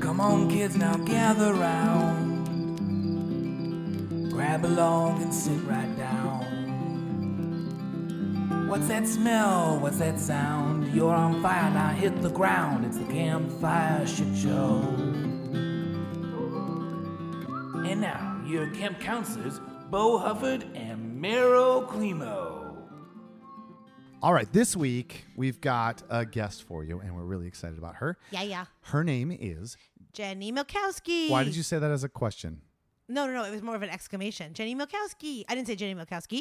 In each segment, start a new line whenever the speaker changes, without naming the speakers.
Come on, kids, now gather round. Grab along and sit right down. What's that smell? What's that sound? You're on fire, now hit the ground. It's the campfire shit show. And now, your camp counselors, Bo Hufford and Meryl Climo.
All right, this week we've got a guest for you, and we're really excited about her.
Yeah, yeah.
Her name is.
Jenny Milkowski.
Why did you say that as a question?
No, no, no. It was more of an exclamation. Jenny Milkowski. I didn't say Jenny Milkowski.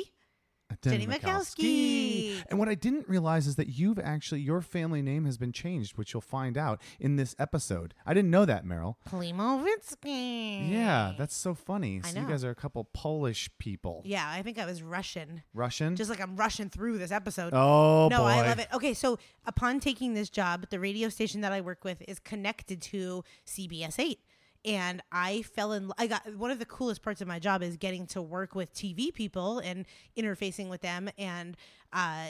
Jenny Mikowski.
And what I didn't realize is that you've actually your family name has been changed, which you'll find out in this episode. I didn't know that, Meryl.
Klimovitsky.
Yeah, that's so funny.
I
So you
know.
guys are a couple Polish people.
Yeah, I think I was Russian.
Russian.
Just like I'm rushing through this episode.
oh
no,
boy.
I love it. Okay, so upon taking this job, the radio station that I work with is connected to CBS 8. And I fell in. I got one of the coolest parts of my job is getting to work with TV people and interfacing with them. And uh,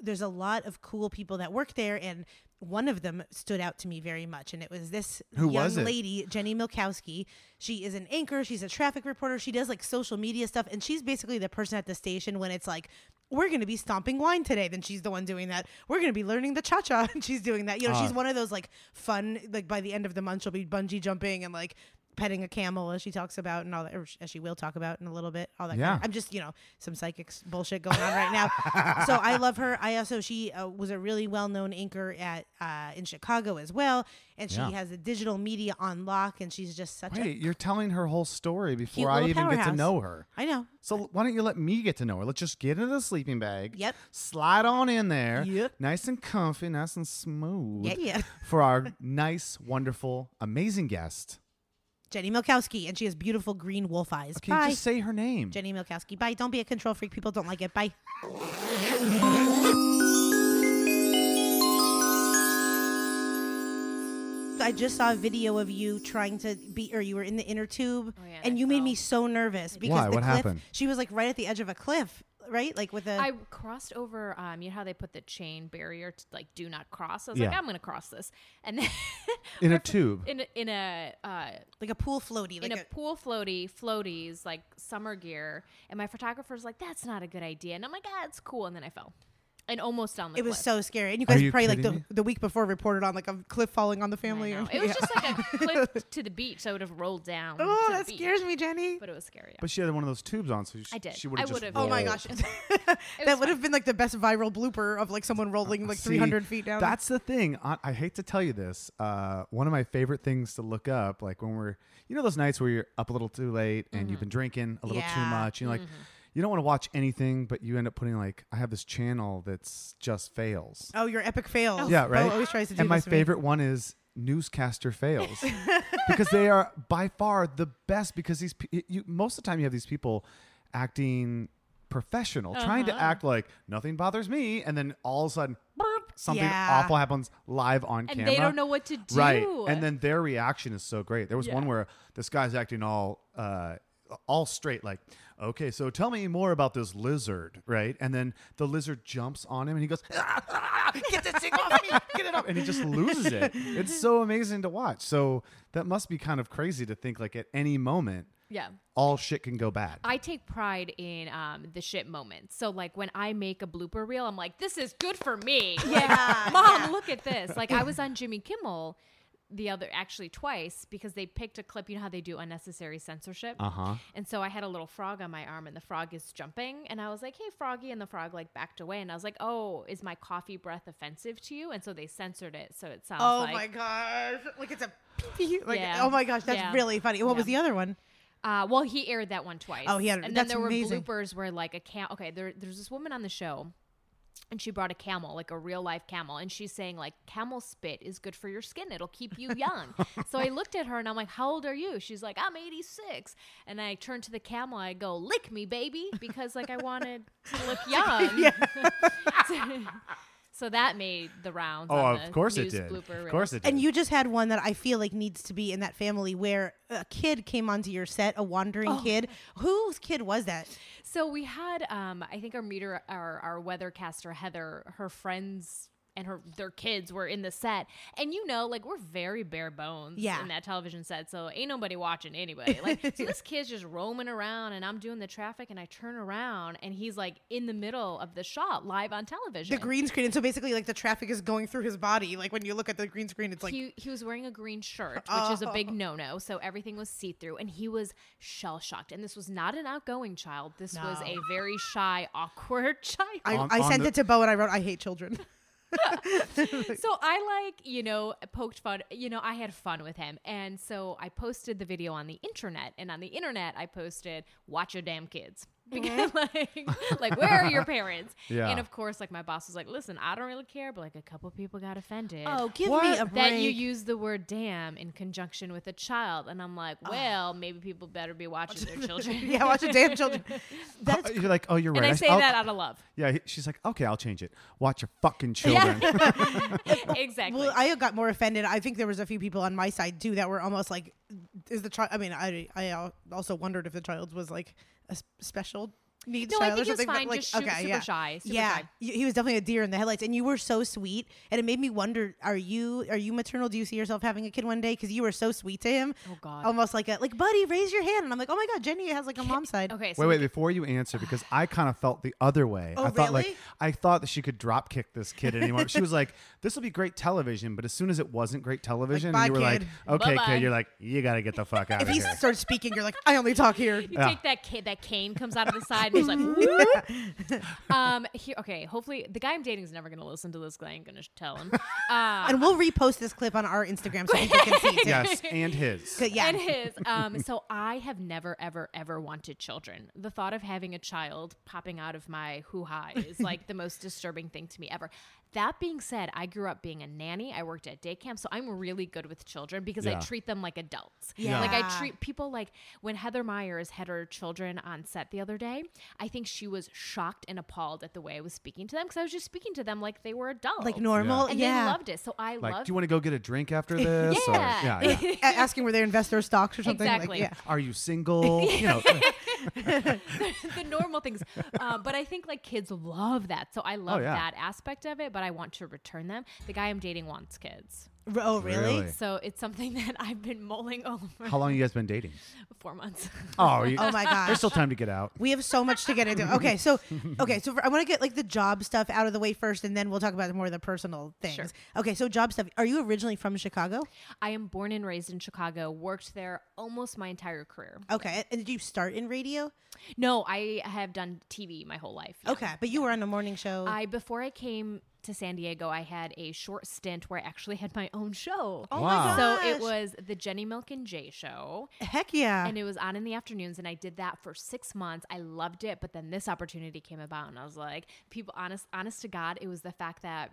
there's a lot of cool people that work there. And one of them stood out to me very much. And it was this
Who
young
was it?
lady, Jenny Milkowski. She is an anchor. She's a traffic reporter. She does like social media stuff, and she's basically the person at the station when it's like, we're going to be stomping wine today. Then she's the one doing that. We're going to be learning the cha cha, and she's doing that. You know, she's one of those like fun. Like by the end of the month, she'll be bungee jumping and like petting a camel as she talks about and all that, or as she will talk about in a little bit. All that.
Yeah.
Kind of, I'm just you know some psychic s- bullshit going on right now. so I love her. I also she uh, was a really well known anchor at uh, in Chicago as well, and she
Yeah.
has the digital media on lock, and she's just such
Wait, you're telling her whole story before
Cute
I
little
even get to
powerhouse.
know her.
a. I know.
So why don't you let me get to know her? Let's just get into the sleeping bag.
Yep.
Slide on in there.
Yep.
Nice and comfy, nice and smooth.
Yeah, yeah.
For our nice, wonderful, amazing guest.
Jenny Milkowski, and she has beautiful green wolf eyes.
Okay,
Bye.
just say her name.
Jenny Milkowski. Bye. Don't be a control freak. People don't like it. Bye. I just saw a video of you trying to be, or you were in the inner tube,
Oh, yeah,
and
I
you made
fell.
me so nervous because
Why?
the
What
cliff.
happened?
She was like right at the edge of a cliff, right? Like with a.
I crossed over. Um, you know how they put the chain barrier to like do not cross. I was like,
Yeah.
I'm gonna cross this, and then
In a tube.
in a, in a uh,
like a pool floaty, like
in a,
a,
pool floaty floaties like summer gear, and my photographer's like, that's not a good idea, and I'm like, ah, it's cool, and then I fell, and almost down the
it was
cliff.
so scary. And you
Are
guys
you
probably like
kidding
the,
me?
the week before reported on like a cliff falling on the
I
family.
know.
or-
It was just like a cliff to the beach. So I would have rolled down.
oh,
to the
that
beach,
scares me, Jenny.
But it was scary. yeah.
But she had one of those tubes on, so she,
I did.
she would have
I
just
would've-
Oh my
rolled.
gosh. that would have been like the best viral blooper of like someone rolling like
Oh, See,
300 feet down.
That's the thing. I, I hate to tell you this. Uh, one of my favorite things to look up, like when we're, you know, those nights where you're up a little too late and you've been drinking a little too
Mm-hmm. Yeah. Mm-hmm.
much. You're like, you don't want to watch anything, but you end up putting like, I have this channel that's just fails.
oh, your epic fails.
Yeah, right.
Bo always tries to do
and my
this to me.
favorite one is newscaster fails because they are by far the best. Because these pe- you most of the time you have these people acting professional, trying
Uh-huh.
to act like nothing bothers me, and then all of a sudden. burp, Something
Yeah.
awful happens live on
And
camera.
they don't know what to
Right.
do.
And then their reaction is so great. There was one where this guy's acting all uh, all straight, like, okay, so tell me more about this lizard, right? And then the lizard jumps on him and he goes, "Ah, ah, get this thing off me, get it off. And he just loses it. It's so amazing to watch. So that must be kind of crazy to think like at any moment,
Yeah.
all shit can go bad.
I take pride in um, the shit moments. So like when I make a blooper reel, I'm like, this is good for me.
Yeah,
Like, mom, look at this. Like I was on Jimmy Kimmel the other actually twice because they picked a clip. You know how they do unnecessary censorship. Uh
Uh-huh.
And so I had a little frog on my arm, and the frog is jumping, and I was like, hey, froggy, and the frog like backed away, and I was like, oh, is my coffee breath offensive to you? And so they censored it, so it sounds
Oh
like
my gosh! Like it's a pee-pee. like
Yeah.
oh my gosh, that's
Yeah.
really funny. What was the
Yeah.
other one?
Uh, well, he aired that one twice.
Oh, he had-
and then
that's
there were
amazing.
bloopers where like a cam. Okay, there, there's this woman on the show, and she brought a camel, like a real life camel, and she's saying like camel spit is good for your skin. It'll keep you young. so I looked at her and I'm like, how old are you? She's like, I'm 86. And I turned to the camel. I go, lick me, baby, because like I wanted to look young. so that made the rounds.
oh,
on
of
the
course it
news
did.
blooper
Of
reel.
course it did.
And you just had one that I feel like needs to be in that family where a kid came onto your set, a wandering
Oh.
kid. Whose kid was that?
So we had, um, I think our meter, our our weathercaster Heather, her friends and her their kids were in the set, and you know, like we're very bare bones
Yeah.
in that television set, so ain't nobody watching anybody. Like so this kid's just roaming around, and I'm doing the traffic, and I turn around, and he's like in the middle of the shot, live on television.
The green screen. And so basically, like the traffic is going through his body. Like when you look at the green screen, it's like Oh.
he, he was wearing a green shirt, which is a big no no. So everything was see through, and he was shell shocked. And this was not an outgoing child. This was
No.
a very shy, awkward child.
I,
On-
I
on
sent
the-
it to Bo and I wrote, "I hate children."
so I like, you know, poked fun. You know, I had fun with him. And so I posted the video on the internet. And on the internet, I posted, watch your damn kids.
Mm-hmm.
Because, like, like, where are your parents?
Yeah.
And of course, like, my boss was like, listen, I don't really care, but like, a couple people got offended.
Oh, give
What? a
That you use the word damn in conjunction with a child. And I'm like, well, maybe people better be watching their children.
yeah, watch the damn children. That's
you're like, oh, you're
And
right.
I
I-
say
I'll-
that out of love.
Yeah, he- she's like, okay, I'll change it. Watch your fucking children.
exactly.
Well, I got more offended. I think there was a few people on my side too that were almost like, "Is the child?" I mean, I I al- also wondered if the child was like a s- special needs
No, I
child
think
or
it's
something. but,
fine,
like,
just shoot-
okay,
super
yeah.
shy, super
yeah,
shy.
Y- he was definitely a deer in the headlights, and you were so sweet, and it made me wonder: Are you are you maternal? Do you see yourself having a kid one day? Because you were so sweet to him.
Oh, God.
Almost like a like, buddy, raise your hand, and I'm like, oh my god, Jenny has like a mom side.
okay. So
wait,
we
wait, before you answer, because I kind of felt the other way.
Oh,
I thought like
really?
I thought that she could drop kick this kid anymore. she was like, "This will be great television," but as soon as it wasn't great television,
Like,
you were
bye,
like,
kid.
"Okay,
Bye-bye.
kid," you're like, "You gotta get the fuck out
If
of
he
here."
starts speaking, you're like, I only talk here.
You
Yeah.
take that kid, that cane comes out of the side, and he's like, "Whoop." um, here, okay. Hopefully, the guy I'm dating is never gonna listen to this. 'cause I ain't gonna tell him. Uh,
And we'll repost this clip on our Instagram so people can see. Too.
yes, and his.
But yeah.
And his. Um, so I have never, ever, ever wanted children. The thought of having a child popping out of my hoo ha is like the most disturbing thing to me ever. That being said, I grew up being a nanny. I worked at day camp, so I'm really good with children because
Yeah.
I treat them like adults.
Yeah.
Like I
Yeah.
treat people like when Heather Myers had her children on set the other day, I think she was shocked and appalled at the way I was speaking to them because I was just speaking to them like they were adults.
Like normal,
And
yeah.
they loved it. So I
Like,
love
do you want to go get a drink after this? Or,
Yeah.
yeah, yeah.
a- asking where they invest their stocks or something.
Exactly.
Like, yeah.
Are you single? You know,
the normal things. Um, but I think like kids love that. So I
Oh,
love
yeah.
that aspect of it, but I want to return them. The guy I'm dating wants kids.
R- Oh, really?
Really?
So it's something that I've been mulling over
how long you guys been dating?
four months.
Oh, you,
Oh my gosh.
There's still time to get out.
we have so much to get into. Okay, so okay, so for, I want to get like the job stuff out of the way first, and then we'll talk about more of the personal things.
Sure.
Okay, so job stuff. Are you originally from Chicago?
I am born and raised in Chicago, worked there almost my entire career.
Okay, and did you start in radio?
No, I have done TV my whole life. yeah.
Okay, but you were on a morning show.
I before I came to San Diego, I had a short stint where I actually had my own show.
Wow.
oh my gosh!
So it was the Jenny Milk and Jay show.
heck yeah.
and it was on in the afternoons and i did that for six months i loved it but then this opportunity came about and i was like people honest honest to god it was the fact that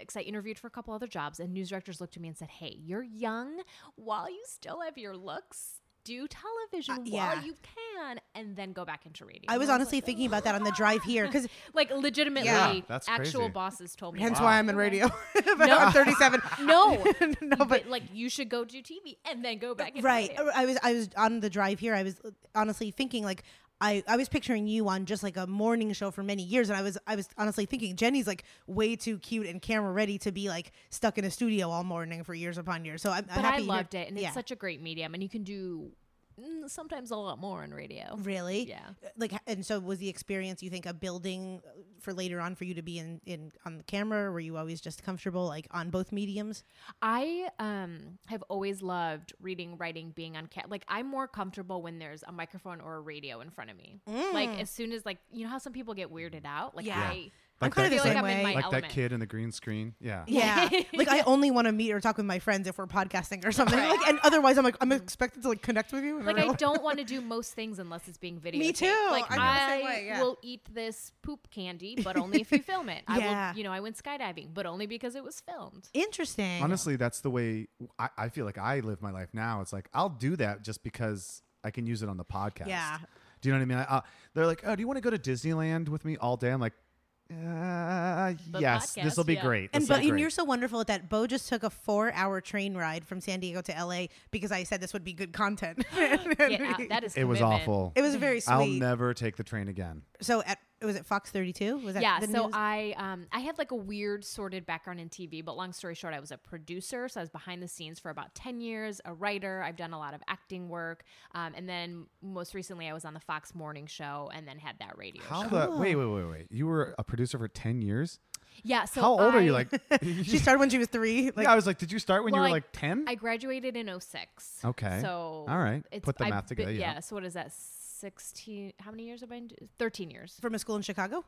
because I interviewed for a couple other jobs, and news directors looked at me and said, Hey, you're young while you still have your looks. do television
Uh, yeah.
while you can, and then go back into radio.
I was
And
honestly
like,
thinking about that on the drive here because
like legitimately,
Yeah, that's
actual
crazy.
bosses told me.
hence
that.
why I'm in radio. but
No.
I'm 37.
No,
no,
but,
but
like you should go do TV and then go back. into
right.
radio.
I was I was on the drive here. I was honestly thinking like I, I was picturing you on just like a morning show for many years, and I was I was honestly thinking Jenny's like way too cute and camera ready to be like stuck in a studio all morning for years upon years. So I'm, I'm
But
happy
I
to hear-
loved it, and
yeah.
it's such a great medium, and you can do mm, sometimes a lot more on radio.
really
Yeah.
like and so was the experience you think a building uh, for later on for you to be in in on the camera or were you always just comfortable like on both mediums
I um have always loved reading, writing, being on cat. Like I'm more comfortable when there's a microphone or a radio in front of me. Like as soon as like you know how some people get weirded out. Like
Mm. Yeah.
I,
Like that
kinda the
kid-
same
like,
way.
my
that
element.
kid in the green screen. Yeah.
yeah like i only want to meet or talk with my friends if we're podcasting or something like and otherwise i'm like i'm expected to like connect with you in
Mm. Like
real
I
life.
don't want to do most things unless it's being videotaped.
too.
Like
I feel the
I,
same way, yeah.
will eat this poop candy, but only if you film it. I
Yeah.
will, you know, I went skydiving, but only because it was filmed.
interesting
Honestly, that's the way I, I feel like I live my life now. It's like I'll do that just because I can use it on the podcast.
Yeah.
Do you know what I mean? I, uh, they're like, "Oh, do you want to go to Disneyland with me all day?" I'm like, uh,
The
"Yes, this will
podcast,
be
yeah.
great."
and
This'll
but
be
and
great.
you're so wonderful at that. Bo just took a four-hour train ride from San Diego to L.A. because I said this would be good content.
Get out. That is
it was
commitment.
awful.
it was very sweet.
I'll never take the train again.
so at was it Fox 32? Was that
yeah
The
so
news?
i um i have like a weird sorted background in tv but long story short i was a producer so i was behind the scenes for about 10 years a writer i've done a lot of acting work um, and then most recently i was on the fox morning show and then had that radio
How
show
the wait, wait, wait, wait. You were a producer for ten years?
yeah so
How old are you?
I-
Like
she started when she was three. Like,
Yeah, I was like, did you start when
Well,
you were
I-
like ten?
i graduated in 06
Okay.
so
All right.
it's,
Put the
I've
math
been-
together, yeah.
yeah so what is that 16 how many years have i been do- 13 years
from a school in Chicago.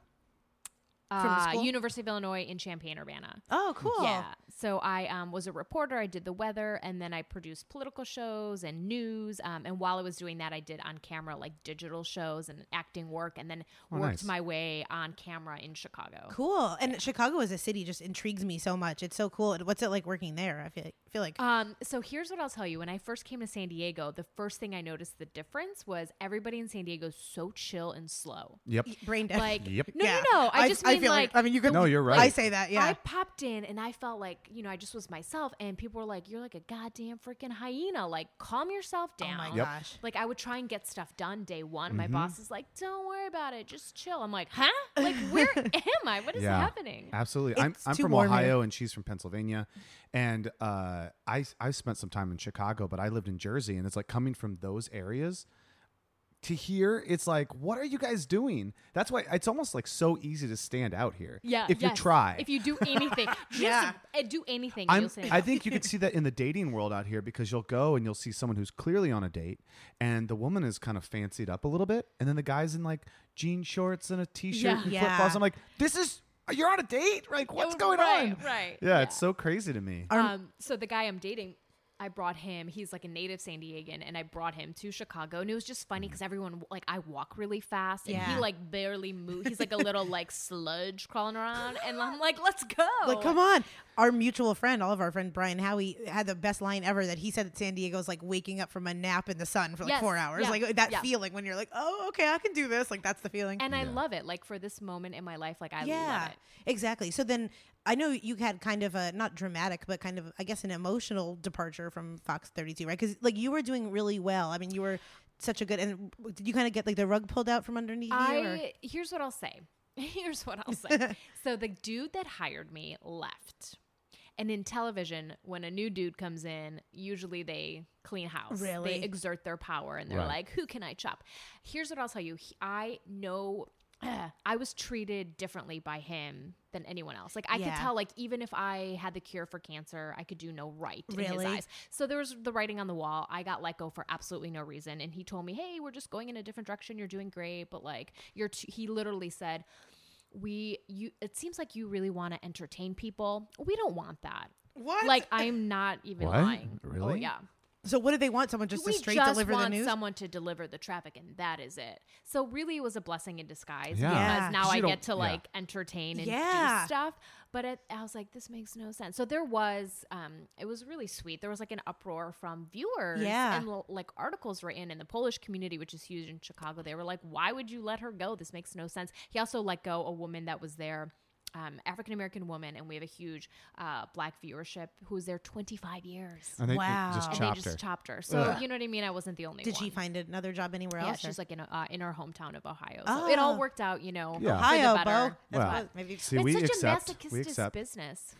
uh,
school?
university of illinois in champaign urbana
Oh, cool.
Yeah. So I um, was a reporter. I did the weather, and then I produced political shows and news. Um, and while I was doing that, I did on camera like digital shows and acting work, and then
Oh,
worked
nice.
my way on camera in Chicago.
Cool. And Chicago as a city just intrigues me so much. It's so cool. And What's it like working there? I feel like, feel like
Um, so here's what I'll tell you. When I first came to San Diego, the first thing I noticed the difference was everybody in San Diego is so chill and slow.
yep.
brain dead.
Like,
Yep.
no,
Yeah.
no, no. I just mean
feel
like,
I mean, you could.
No, you're right.
I say that. Yeah.
I popped in and I felt like, you know, I just was myself. And people were like, you're like a goddamn freaking hyena. Like, calm yourself
oh
down.
my
Yep. Mm-hmm.
gosh.
Like I would try and get stuff done day one. My boss is like, "Don't worry about it, just chill." I'm like, "Huh? Like where am I? What is
Yeah.
happening?"
Absolutely. I'm,
It's
I'm
too
from
warm
Ohio
here.
and she's from Pennsylvania. And uh, I, I spent some time in Chicago, but I lived in Jersey. And it's like coming from those areas to here, it's like, what are you guys doing? That's why it's almost like so easy to stand out here.
Yeah,
If you
yes.
try.
if you do anything, just
Yeah.
uh, do anything.
I'm,
you'll say
I think you could see that in the dating world out here because you'll go and you'll see someone who's clearly on a date and the woman is kind of fancied up a little bit. And then the guy's in like jean shorts and a t shirt
Yeah.
and
Yeah.
flip flops. I'm like, this is, you're on a date? Like, what's going
right,
on?
Right.
Yeah, it's so crazy to me.
Um, so the guy I'm dating, I brought him. He's like a native San Diegan, and I brought him to Chicago. And it was just funny because everyone like I walk really fast, and
Mm-hmm. Yeah.
he like barely moves. He's like a little like sludge crawling around, and I'm like, "Let's go!"
Like, come on. Our mutual friend, all of our friend Brian Howie, had the best line ever that he said that San Diego's like waking up from a nap in the sun for like
Yes,
four hours.
yeah,
Like uh, that
yeah.
feeling when you're like, oh, okay, I can do this. Like, that's the feeling.
And I love it. Like for this moment in my life, like I love it.
exactly. So then I know you had kind of a not dramatic, but kind of I guess an emotional departure from Fox 32, right? Because like you were doing really well. I mean, you were such a good. And did you kind of get like the rug pulled out from underneath you? or-
I here's what I'll say. Here's what I'll say. so the dude that hired me left. And in television, when a new dude comes in, usually they clean house.
Really?
They exert their power and they're
Right.
like, who can I chop? Here's what I'll tell you. He- I know I was treated differently by him than anyone else. Like I could
Yeah.
tell, like even if I had the cure for cancer, I could do no right in his
Really?
eyes. So there was the writing on the wall. I got let go for absolutely no reason, and he told me, "Hey, we're just going in a different direction. You're doing great, but like you're." T-, he literally said, "We you. It seems like you really want to entertain people. We don't want that.
what?
Like I'm not even
What?
lying. Oh
Really?
yeah."
so what do they want? Someone just
we
to straight
just
deliver the
want
news?
someone to deliver the traffic, and that is it. So really, it was a blessing in disguise
Yeah.
Yeah.
because now
Because
I
you don't-
get to
yeah.
like entertain and
Yeah.
do stuff. But it, I was like, this makes no sense. So there was, um, it was really sweet. There was like an uproar from viewers.
Yeah.
And l- like articles written in the Polish community, which is huge in Chicago. They were like, why would you let her go? This makes no sense. He also let go a woman that was there. Um, African American woman, and we have a huge uh, black viewership who's there 25 years.
And they, they
Wow.
just
And
And
chopped
they just
her.
chopped her. So,
Ugh.
you know what I mean? I wasn't the only
Did
one.
she find another job anywhere
Yeah,
else?
she's
or-
like in a, uh, in our hometown of Ohio. So it all
Ah.
worked out, you know.
Yeah.
for the
Ohio,
better.
Bo. That's
Well,
what- maybe.
see,
it's
we
such a
accept.
masochistic
We accept.
business.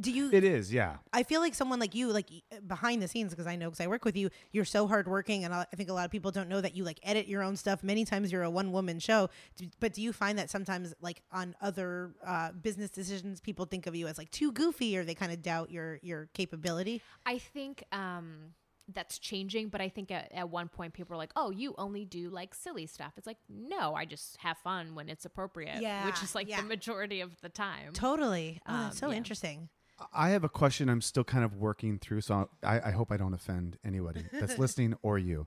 Do you?
It is, yeah.
I feel like someone like you, like y- behind the scenes, because I know, because I work with you, you're so hardworking, and I I think a lot of people don't know that you like edit your own stuff. Many times you're a one woman show, Do- but do you find that sometimes, like on other uh, business decisions, people think of you as like too goofy, or they kind of doubt your your capability?
I think um, that's changing, but I think at, at one point people were like, "Oh, you only do like silly stuff." It's like, no, I just have fun when it's appropriate,
Yeah,
which is like
yeah.
the majority of the time.
Totally. Oh, that's
Um,
so
yeah.
interesting.
I have a question I'm still kind of working through, so I, I hope I don't offend anybody that's listening or you.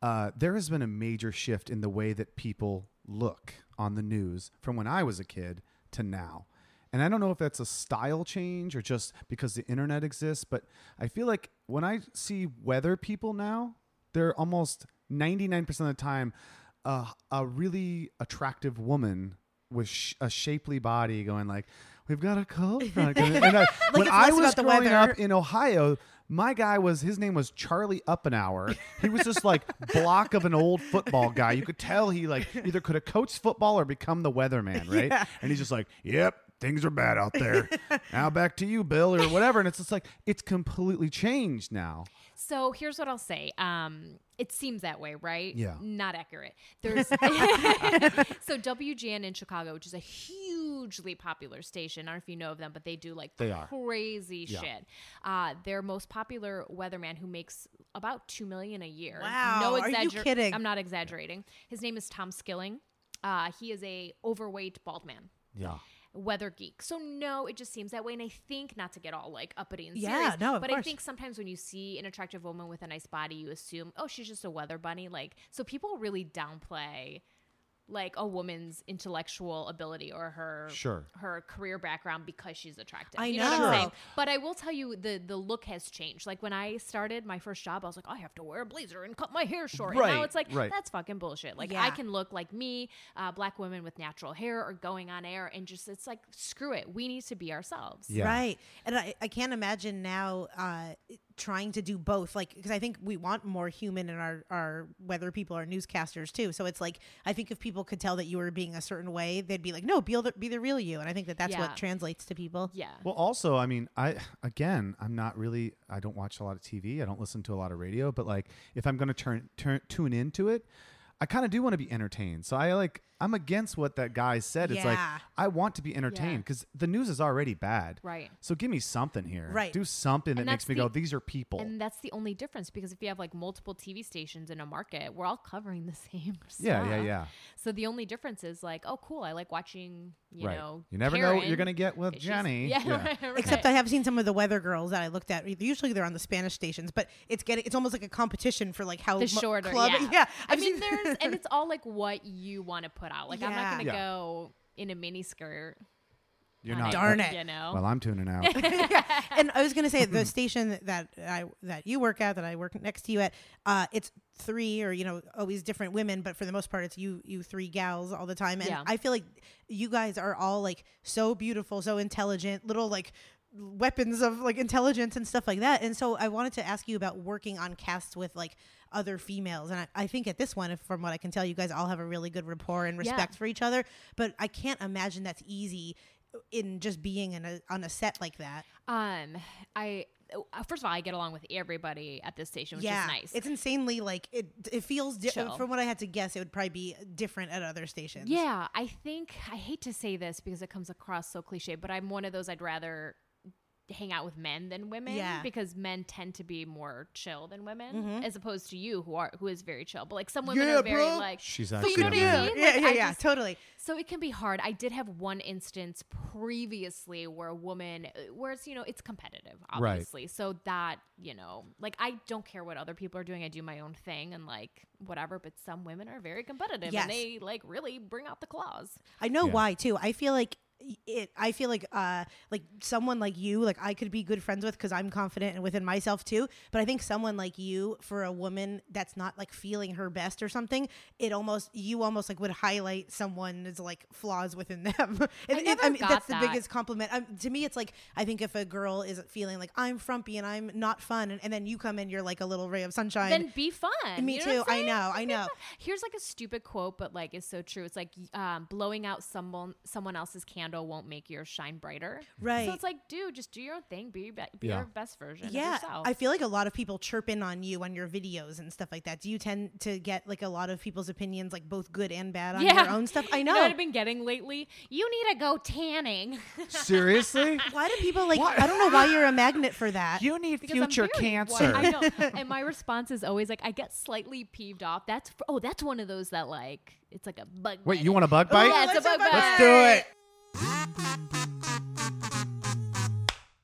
Uh, there has been a major shift in the way that people look on the news from when I was a kid to now. And I don't know if that's a style change or just because the internet exists, but I feel like when I see weather people now, they're almost 99% of the time uh, a really attractive woman with sh- a shapely body going like, we've got a cold front. coming." And I- when
it's
I
less
was
about the
growing
weather.
up in Ohio, my guy was, his name was Charlie Uppenauer. He was just like block of an old football guy. You could tell he like either could have coached football or become the weatherman, right? And he's just like, yep. Things are bad out there. now back to you, Bill, or whatever. And it's just like it's completely changed now.
So here's what I'll say. Um, it seems that way, right?
Yeah.
Not accurate. There's so WGN in Chicago, which is a hugely popular station. I don't know if you know of them, but they do like
They are.
crazy
Yeah.
shit. Uh, their most popular weatherman, who makes about two million a year.
Wow,
No
are you
exagger-
kidding?
I'm not exaggerating. His name is Tom Skilling. Uh, he is a overweight bald man
Yeah.
weather geek. So no, it just seems that way. And I think not to get all like uppity and
Yeah,
serious,
no, of
but I
course.
think sometimes when you see an attractive woman with a nice body, you assume, oh, she's just a weather bunny. Like so, people really downplay like a woman's intellectual ability or her
Sure.
her career background because she's attractive.
I
you know, what
know.
I'm
Sure.
saying? But I will tell you the the look has changed. Like when I started my first job, I was like, I have to wear a blazer and cut my hair short. And now
Right,
it's like
right.
that's fucking bullshit. Like I
Yeah.
can look like me, uh, black women with natural hair or going on air and just it's like screw it. We need to be ourselves.
Yeah.
Right. And I, I can't imagine now uh, trying to do both. Like, because I think we want more human in our, our weather people, our newscasters too. So it's like, I think if people could tell that you were being a certain way, they'd be like, no, be the, be the real you. And I think that that's
Yeah.
what translates to people.
Yeah.
Well, also, I mean, I again, I'm not really. I don't watch a lot of TV. I don't listen to a lot of radio. But like, if I'm going to turn, turn tune into it, I kind of do want to be entertained. So I like. I'm against what that guy said. It's like
Yeah.
I want to be entertained because the news is already bad.
Right.
So give me something here.
Right.
Do something that makes
that's
me go.
the-
These are people.
And that's the only difference because if you have like multiple TV stations in a market, we're all covering the same stuff.
yeah, yeah, yeah.
So the only difference is like, oh, cool, I like watching, you
right.
know,
you never know what you're
Karen.
going to get with
She's-
Jenny.
Yeah, right,
Except
right.
I have seen some of the weather girls that I looked at. Usually they're on the Spanish stations, but it's getting it's almost like a competition for like how mu-
the shorter.
club-
yeah, i
I've
mean,
seen-
there's and it's all like what you want to put out. Like I'm not
Yeah.
gonna
Yeah.
go in a mini skirt.
You're
on
not.
Darn it.
You know.
Well, I'm tuning out.
and I was going to say the station that I that you work at, that I work next to you at, uh, it's three or you know always different women, but for the most part, it's you you three gals all the time. And
Yeah.
I feel like you guys are all like so beautiful, so intelligent, little like weapons of like intelligence and stuff like that. And so I wanted to ask you about working on casts with like other females. And I, I think at this one, if- from what I can tell, you guys all have a really good rapport and
Yeah.
respect for each other. But I can't imagine that's easy in just being in a, on a set like that.
um, I uh, first of all, I get along with everybody at this station, which is nice.
It's insanely like it. It feels di-
Chill.
from what I had to guess, it would probably be different at other stations.
yeah, I think I hate to say this because it comes across so cliche, but I'm one of those I'd rather hang out with men than women
Yeah. Mm-hmm.
because men tend to be more chill than women as opposed to you who are who is very chill but like some women
Yeah,
are very
bro.
like
She's
but you
actually amazing.
know what I
yeah,
mean?
yeah,
Like,
yeah,
I
yeah,
just-
totally.
So it can be hard. I did have one instance previously where a woman, uh, where it's, you know, it's competitive,
Right.
obviously. So that, you know, like I don't care what other people are doing. I do my own thing and like whatever, but some women are very competitive
Yes.
and they like really bring out the claws.
I know
Yeah.
why too. I feel like it I feel like uh like someone like you like I could be good friends with because I'm confident and within myself too but I think someone like you for a woman that's not like feeling her best or something it almost you almost like would highlight someone's like flaws within them and it-
never
I mean
got
that's
that.
the biggest compliment um, to me it's like I think if a girl is feeling like I'm frumpy and I'm not fun and, and then you come in you're like a little ray of sunshine
then be fun.
me
you know
too
what I'm
I
saying?
know I
Be
know
fun. Here's like a stupid quote, but like it's so true. It's like um, blowing out someone someone else's candle won't make yours shine brighter.
right
So it's like, dude, just do your own thing. Be your, be- be
Yeah.
your best version
yeah,
of yourself.
I feel like a lot of people chirp in on you on your videos and stuff like that. Do you tend to get like a lot of people's opinions, like both good and bad, on your own stuff? I
You
know.
what I've been getting lately? You need to go tanning.
Seriously?
why do people like?
Why-
I don't know why you're a magnet for that.
You need
Because I'm
future
very-
cancer.
Well, I know. and my response is always like, I get slightly peeved off. That's fr- oh, that's one of those that like it's like a bug.
Wait,
bite.
you want a bug bite?
Yeah, it's a bug bite.
Let's do it.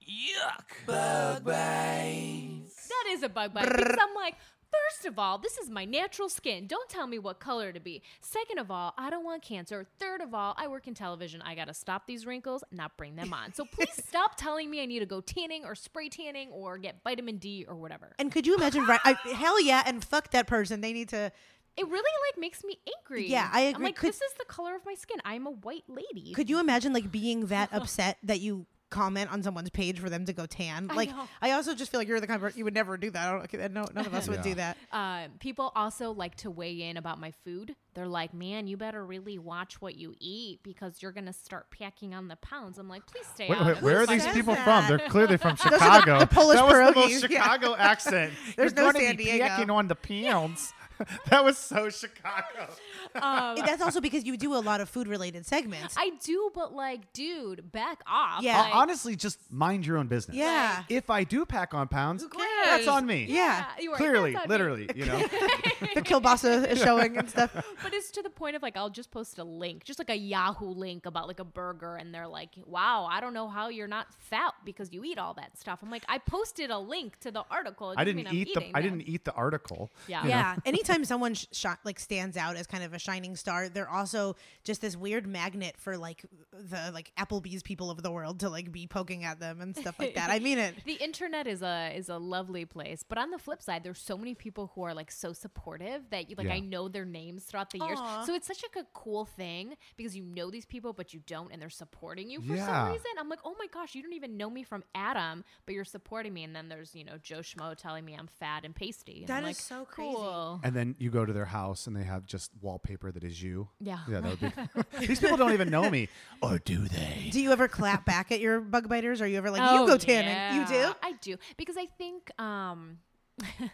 Yuck. Bug bites.
That is a bug bite. Because I'm like, first of all, this is my natural skin. Don't tell me what color to be. Second of all, I don't want cancer. Third of all, I work in television. I got to stop these wrinkles, not bring them on. So please stop telling me I need to go tanning or spray tanning or get vitamin D or whatever.
And could you imagine? Right? I, hell yeah! And fuck that person. They need to.
It really like makes me angry.
Yeah, I
I'm
agree.
like,
Could-
this is the color of my skin. I'm a white lady.
Could you imagine like being that upset that you? comment on someone's page for them to go tan like
know.
i, also just feel like you're the kind of person you would never do that I don't, no, none of us would
Yeah.
do that
uh, people also like to weigh in about my food. They're like, man, you better really watch what you eat because you're going to start packing on the pounds. I'm like, please stay
Wait,
out
wait,
of
where
this
are these
says
fucking-
people
that?
from? They're clearly from
are the-
Chicago.
the Polish
that was the most
pierogies, yeah.
Chicago accent.
There's
You're
no
gonna
San
be
Diego.
Pecking on the pounds. that was so Chicago.
that's also because you do a lot of food related segments
Oh. I do, but like, dude, back off.
Yeah.
Like,
Like-
Honestly, just mind your own business.
yeah
If I do pack on pounds,
cares?
that's on me.
Yeah.
you are-
Clearly,
that's on me.
literally, you know.
the kielbasa is showing and stuff.
But it's to the point of like, I'll just post a link, just like a Yahoo link about like a burger, and they're like, wow, I don't know how you're not fat because you eat all that stuff. I'm like, I posted a link to the article. It
I
doesn't
didn't
mean I'm
eat the
eating
I
that.
didn't eat the article.
Yeah.
you know.
Yeah. Anytime someone sh- shi- like stands out as kind of a shining star, they're also just this weird magnet for like the like Applebee's people of the world to like be poking at them and stuff like that. I mean it.
the internet is a is a lovely place but on the flip side there's so many people who are like so supportive that you like
Yeah.
i know their names throughout the years so it's such like a cool thing because you know these people but you don't and they're supporting you for
Yeah.
some reason i'm like oh my gosh you don't even know me from adam but you're supporting me and then there's you know joe schmo telling me i'm fat and pasty and
That
I'm
is
like,
so crazy.
cool.
And then you go to their house and they have just wallpaper that is you.
Yeah.
Yeah, that would be. These people don't even know me, or do they?
Do you ever clap back at your bug biters? Are you ever like you
Oh,
go tanning? You
yeah,
do.
I do because I think um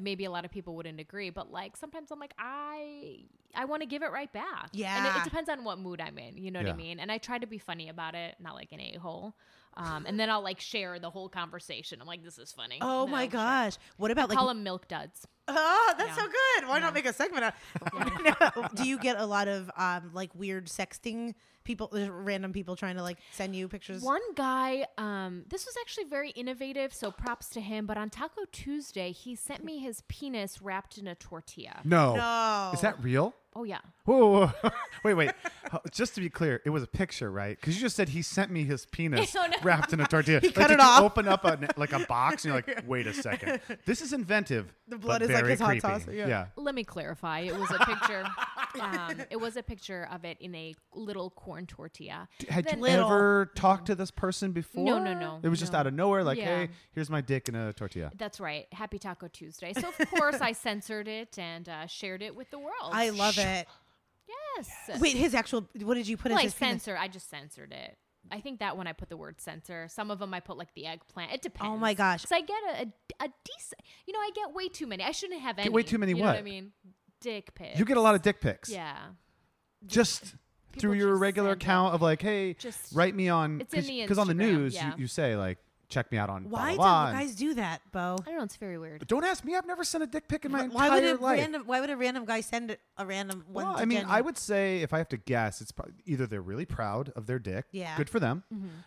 maybe a lot of people wouldn't agree, but like sometimes I'm like I I want to give it right back. and it- it,
Yeah.
depends on what mood I'm in. You know what
Yeah.
I mean? And I try to be funny about it, not like an a hole. Um, and then I'll like share the whole conversation. I'm like, this is funny.
Oh
And then
my
I'll share.
gosh! What about like?
Call them milk duds.
Oh, that's
Yeah.
so good. Why not make a segment? Out? No. Do you get a lot of um like weird sexting people, uh, random people trying to like send you pictures?
One guy, um, this was actually very innovative, so props to him. But on Taco Tuesday, he sent me his penis wrapped in a tortilla.
No.
No.
Is that real?
Oh yeah.
Whoa, whoa, whoa. wait, wait. Uh, Just to be clear, it was a picture, right? Because you just said he sent me his penis
Oh, no.
wrapped in a tortilla. He like,
cut
did
it
you
off.
Open up a, like a box, and you're like, wait a second. This is inventive.
The blood
but
is like
very
his hot
creepy.
sauce, yeah.
Let me clarify. It was a picture. um, it was a picture of it in a little corn tortilla.
D- Had you
Then-
Little.
ever talked to this person before?
No, no, no,
It was just
no.
out of nowhere. Like,
Yeah.
hey, here's my dick in a tortilla.
That's right. Happy Taco Tuesday. So of course I censored it and uh, shared it with the world.
I love it.
yes.
Wait, his actual. What did you put
Well,
as
I
his penis?
censor. I just censored it. I think that one I put the word censor. Some of them I put like the eggplant. It depends.
Oh my gosh.
So I get a, a, a decent. You know, I get way too many. I shouldn't have any.
Get way too many
You know what I
what?
mean, dick pics.
You get a lot of dick pics.
Yeah.
Just through your
just
regular
send it.
account of like, hey,
Just-
write me on.
It's in the
on the
Instagram,
news,
yeah.
you, you say like, check me out on.
Why
blah,
do
blah, and-
guys do that, Bo?
I don't know. It's very weird.
Don't ask me. I've never sent a dick pic in my
Why
entire
would a
life.
random Why would a random guy send it- a random one?
well,
to
I mean,
Jen?
I would say if I have to guess, it's probably either they're really proud of their dick,
Yeah.
good for them,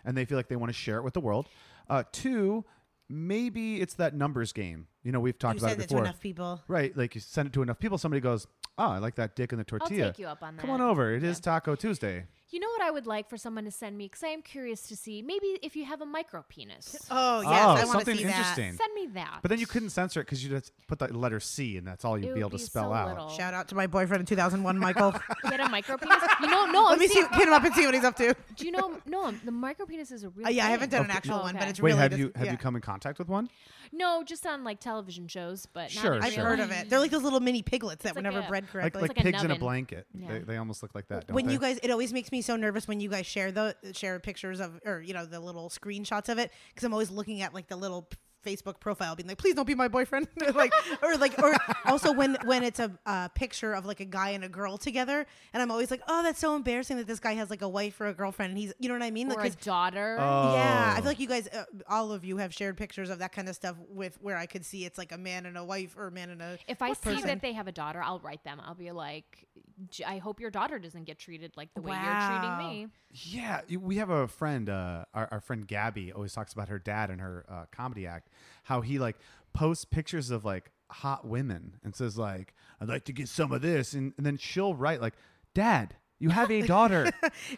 and they feel like they want to share it with the world. Uh, two, maybe it's that numbers game. You know, we've talked
You
about
send
it
it to
before,
enough people.
right? Like you send it to enough people, somebody goes, "Oh, I like that dick in the
I'll
tortilla."
take you up on that.
Come on over. It is Taco Tuesday.
You know what I would like for someone to send me because I am curious to see maybe if you have a micro penis.
Oh yes,
oh,
I want to
something
see
interesting.
Send me that.
But then you couldn't censor it because you just put the letter C, and that's all
It
you'd
would
be able to
be
spell
so
out.
little.
that. Shout out to my boyfriend in 2001, Michael.
Get a micro penis. You know, no.
Let
I'm
me see,
serious.
hit him up and see what he's up to.
Do you know? No, the micro penis is a real.
Uh, yeah, I
thing.
haven't done an
Okay.
actual
Oh,
one, but
okay.
it's
Wait,
really.
have
just-
you have
yeah.
you come in contact with one?
No, just on like television shows, but
Sure,
not
I've
in real
sure.
heard
life.
of it. They're like those little mini piglets that
It's
were
like
never
a-
bred
Like
correctly.
like,
like a
pigs in a
nubbin.
blanket.
Yeah.
They, they almost look like that. Don't
when
they?
you guys, it always makes me so nervous when you guys share the share pictures of or you know the little screenshots of it because I'm always looking at like the little p- Facebook profile, being like, please don't be my boyfriend, like or like or also when when it's a uh, picture of like a guy and a girl together, and I'm always like, oh, that's so embarrassing that this guy has like a wife or a girlfriend, and he's you know what I mean? Like,
Or a
'cause-
daughter.
yeah, I
Oh.
feel like you guys, uh, all of you, have shared pictures of that kind of stuff with where I could see it's like a man and a wife or a man and a
if I see
person.
that they have a daughter, I'll write them. I'll be like, "J- I hope your daughter doesn't get treated like the way you're
Wow.
treating me.
Yeah, y- we have a friend. Uh, our, our friend Gabby always talks about her dad and her uh, comedy act. How he like posts pictures of like hot women and says like, "I'd like to get some of this," and, and then she'll write like, "Dad, you have a daughter.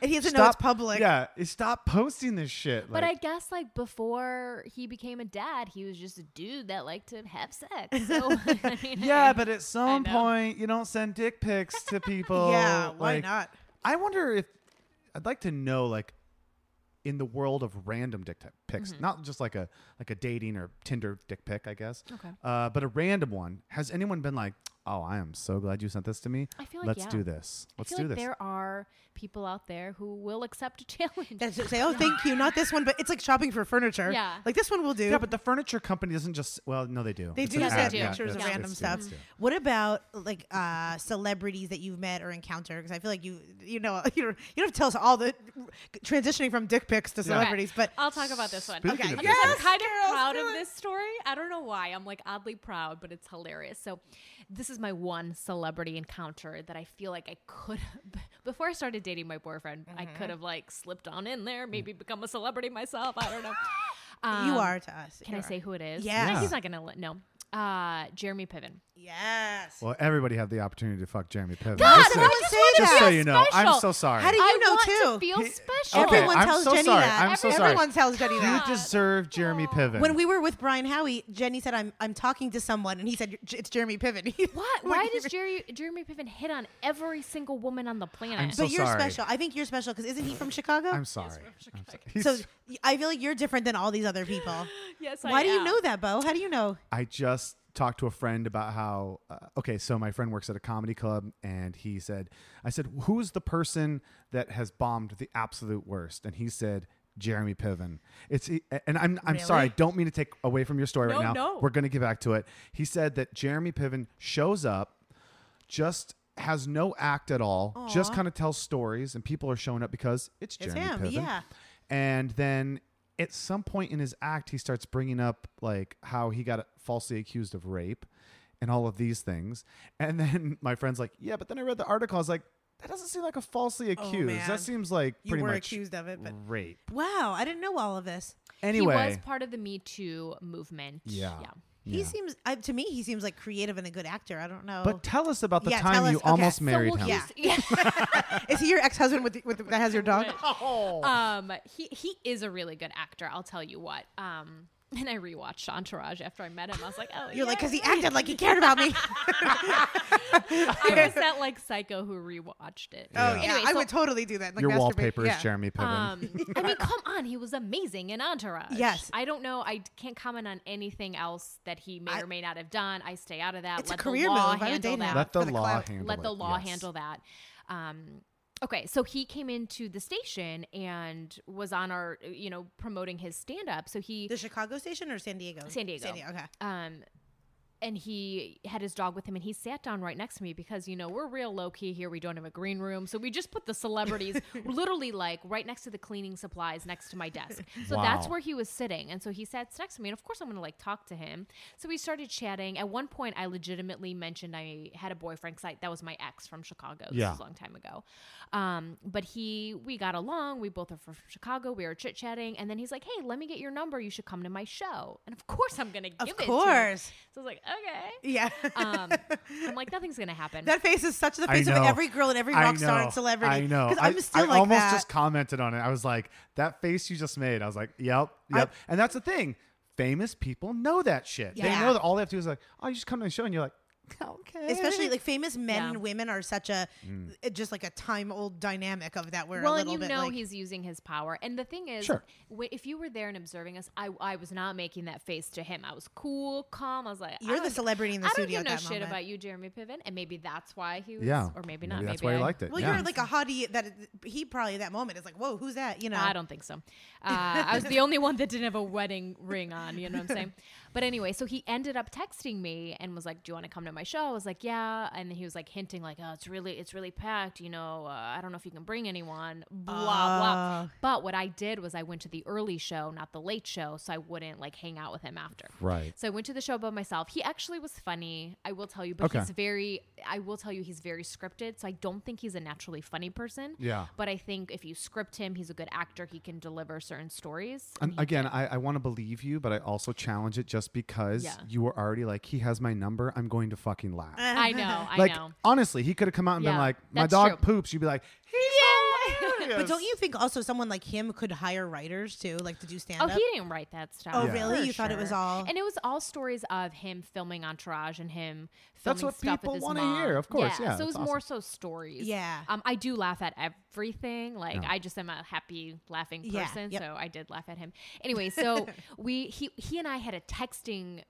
and he doesn't know it's public.
Yeah, eh, stop posting this shit."
but I
like-
guess like before he became a dad, he was just a dude that liked to have sex. So I mean,
yeah, but at some
know.
point you don't send dick pics to people.
yeah, why
Oh, like,
not?
I wonder if I'd like to know like in the world of random dick t- pics,
Mm-hmm.
not just like a like a dating or Tinder dick pic, I guess.
Okay.
Uh, but a random one. Has anyone been like, "Oh, I am so glad you sent this to me.
I feel like,
let's
yeah.
do this. Let's
I
do
feel like
this."
there are people out there who will accept a challenge.
That's just say, oh, thank you, not this one, but it's like shopping for furniture.
Yeah.
like this one will do.
yeah, but the furniture company doesn't just. Well, no, they do.
they
It's
do
an
just
send
ad.
have
Yeah,
pictures of
it's-
that's-
random
it's-
stuff.
it's- yeah.
What about like uh, celebrities that you've met or encountered? Because I feel like you, you know, you don't you don't have to tell us all the transitioning from dick pics to celebrities, but
I'll talk about this one.
Speaking
Okay.
of
Yes,
business-
I'm kind
girls,
of proud
do
of
it.
this story. I don't know why. I'm like oddly proud, but it's hilarious. So, this is my one celebrity encounter that I feel like I could have, before I started dating my boyfriend, I could have like slipped on in there, maybe become a celebrity myself. I don't know.
you
Um,
are to us.
Can
You
I
are.
say who it is?
Yes.
No, he's not going to let, no. Uh, Jeremy Piven.
Yes.
Well, everybody had the opportunity to fuck Jeremy Piven.
God,
Listen,
I would say
just so
that.
you know, I'm
Special.
so sorry.
How do you
I
know
want
too?
to feel
He-
special.
Okay,
Everyone
I'm
tells
so
Jenny
sorry.
that.
I'm so
Everyone
sorry.
tells Jenny that.
you deserve Jeremy Piven.
When we were with Brian Howie, Jenny said, "I'm I'm talking to someone," and he said, "J- "It's Jeremy Piven."
What?
When
Why
he
does
re-
Jerry, Jeremy Piven hit on every single woman on the planet?
I'm so
But you're
sorry.
special. I think you're special because isn't he from Chicago?
I'm sorry. I'm sorry. He's-
so y- I feel like you're different than all these other people.
yes,
Why
I
do
am.
you know that, Bo? How do you know?
I just talked to a friend about how uh, okay so my friend works at a comedy club and he said i said who's the person that has bombed the absolute worst and he said jeremy piven it's he- and i'm, I'm sorry i
Really?
don't mean to take away from your story right now
No, no.
we're going to get back to it he said that jeremy piven shows up just has no act at all just kind of tells stories and people are showing up because it's
It's
jeremy
him,
piven
yeah.
and then at some point in his act, he starts bringing up like how he got falsely accused of rape and all of these things. And then my friend's like, "Yeah, but then I read the article. I was like, that doesn't seem like a falsely accused.
Oh, man.
that seems like
You
pretty
were
much
accused of
Mm.
it, but-
rape."
Wow, I didn't know all of this.
Anyway,
He was part of the Me Too movement.
Yeah.
He
Yeah.
seems I, to me he seems like creative and a good actor. I don't know.
but tell us about the
Yeah, tell
time
us-
you
okay.
almost
So
married
we'll
him.
use-
is he your ex-husband with, the- with the- that has your dog? Oh,
um, he he is a really good actor. I'll tell you what. Um, and I rewatched Entourage after I met him. I was like, oh,
You're like,
yeah.
because he acted like he cared about me. Oh,
I was that like psycho who rewatched it.
Oh yeah,
Anyway,
I
so-
would totally do that. Like
Your
masturbate.
wallpaper
yeah.
is Jeremy Piven.
Um, I mean, come on, he was amazing in Entourage.
Yes.
I don't know. I can't comment on anything else that he may
I-
or may not have done. I stay out of that.
It's a
Let
career
the law
move. I would
handle
date him.
that.
Let the
for the
law
clout.
handle
let
it.
the law
Yes.
handle that. Um, okay, so he came into the station and was on our, you know, promoting his stand up. So he
The Chicago station or San Diego?
San Diego.
Okay.
um and he had his dog with him and he sat down right next to me because you know we're real low key here we don't have a green room so we just put the celebrities literally like right next to the cleaning supplies next to my desk so that's
Wow.
where he was sitting and so he sat next to me and of course i'm gonna like talk to him so we started chatting at one point i legitimately mentioned i had a boyfriend because that was my ex from chicago this
Yeah.
was a long time ago um, but he we got along we both are from chicago we were chit-chatting and then he's like hey let me get your number you should come to my show and of course i'm gonna
Of
give it to him.
course.
So I was like, okay.
Yeah.
Um, I'm like, nothing's gonna happen.
that face is such the
I
face of
know.
every girl and every rock star and celebrity.
I know.
Because
I,
I'm still
I
like
almost
that.
just commented on it. I was like, that face you just made. I was like, yep, yep. and that's the thing. Famous people know that shit.
Yeah.
They know that all they have to do is like, oh, you just come to the show and you're like, okay.
Especially like famous men
Yeah.
and women are such a
Mm.
it- just like a time old dynamic of that. We're
well,
a
and
little
you
bit
know
like,
he's using his power. And the thing is,
Sure.
wh- if you were there and observing us, I, I was not making that face to him. I was cool, calm. I was like, I
You're the
don't-
celebrity in the
I
studio
don't
at
give no
that
shit
moment.
about you, Jeremy Piven, and maybe that's why he was,
Yeah.
or maybe not.
that's
maybe
why
I,
he liked it.
well,
yeah.
you're like a hottie that it- he probably that moment is like, whoa, who's that? You know,
I don't think so. Uh, I was the only one that didn't have a wedding ring on. You know what I'm saying? But anyway, so he ended up texting me and was like, "Do you want to come to my show?" I was like, "Yeah," and then he was like hinting, like, "Oh, it's really, it's really packed. You know, uh, I don't know if you can bring anyone." Blah
Uh.
blah. But what I did was I went to the early show, not the late show, so I wouldn't like hang out with him after.
Right.
So I went to the show by myself. He actually was funny, I will tell you, but
Okay.
he's very I will tell you he's very scripted, so I don't think he's a naturally funny person.
Yeah.
But I think if you script him, he's a good actor, he can deliver certain stories.
And again, I, I want to believe you, but I also challenge it just because
Yeah.
you were already like, he has my number. I'm going to fucking laugh.
Uh,
I know, I
like,
know.
honestly, he could have come out and been
Yeah,
like, my
that's
dog
true.
poops. You'd be like, he's hilarious.
But don't you think also someone like him could hire writers too, like to do stand
Oh,
up?
he didn't write that stuff.
Oh,
Yeah.
really?
For
You thought it was all-
And it was all stories of him filming Entourage and him filming
That's what
stuff
people
with his
wanna
mom.
hear, of course, yeah,
so it was
that's
more
awesome.
so stories.
Yeah.
Um, I do laugh at everything. Like I just am a happy laughing
Yeah,
person,
yep.
so I did laugh at him. Anyway, so we he he and I had a texting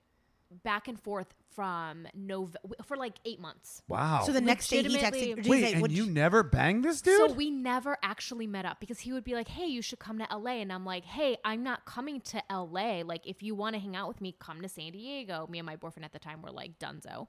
back and forth from Nov for like eight months.
Wow.
so the next day he texted.
Legitimately-
or did he
Oh. Wait,
say,
and
would
you never banged this dude?
So we never actually met up because he would be like, "Hey, you should come to LA," and I'm like, "Hey, I'm not coming to LA. Like, if you want to hang out with me, come to San Diego." Me and my boyfriend at the time were like, "Dunzo."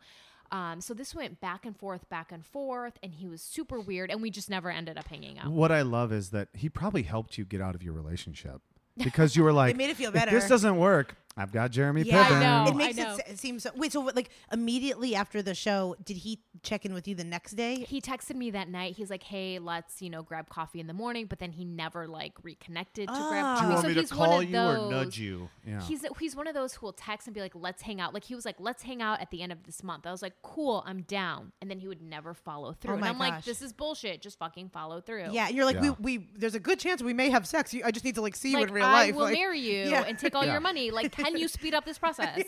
Um, so this went back and forth, back and forth, and he was super weird, and we just never ended up hanging out.
What I love is that he probably helped you get out of your relationship because you were like,
made it feel
"If
better."
this doesn't work. I've got Jeremy
Yeah,
I
Piven.
know.
It makes
know.
it se- seem so. Wait, so what, like immediately after the show, did he check in with you the next day?
He texted me that night. He's like, "Hey, let's you know grab coffee in the morning," but then he never like reconnected to grab.
Ah. Do you
coffee.
want
so he's one of those-
you?
Yeah.
He's he's one of those who will text and be like, "Let's hang out." Like he was like, "Let's hang out at the end of this month." I was like, "Cool, I'm down." And then he would never follow through. and
Oh my
I'm like,
gosh.
"This is bullshit. Just fucking follow through."
Yeah, and you're like,
Yeah.
we, we there's a good chance we may have sex. You, I just need to like see
Like,
you in real
I
life.
will
like,
marry you
Yeah.
and take all
Yeah.
your money. Like, can you speed up this process?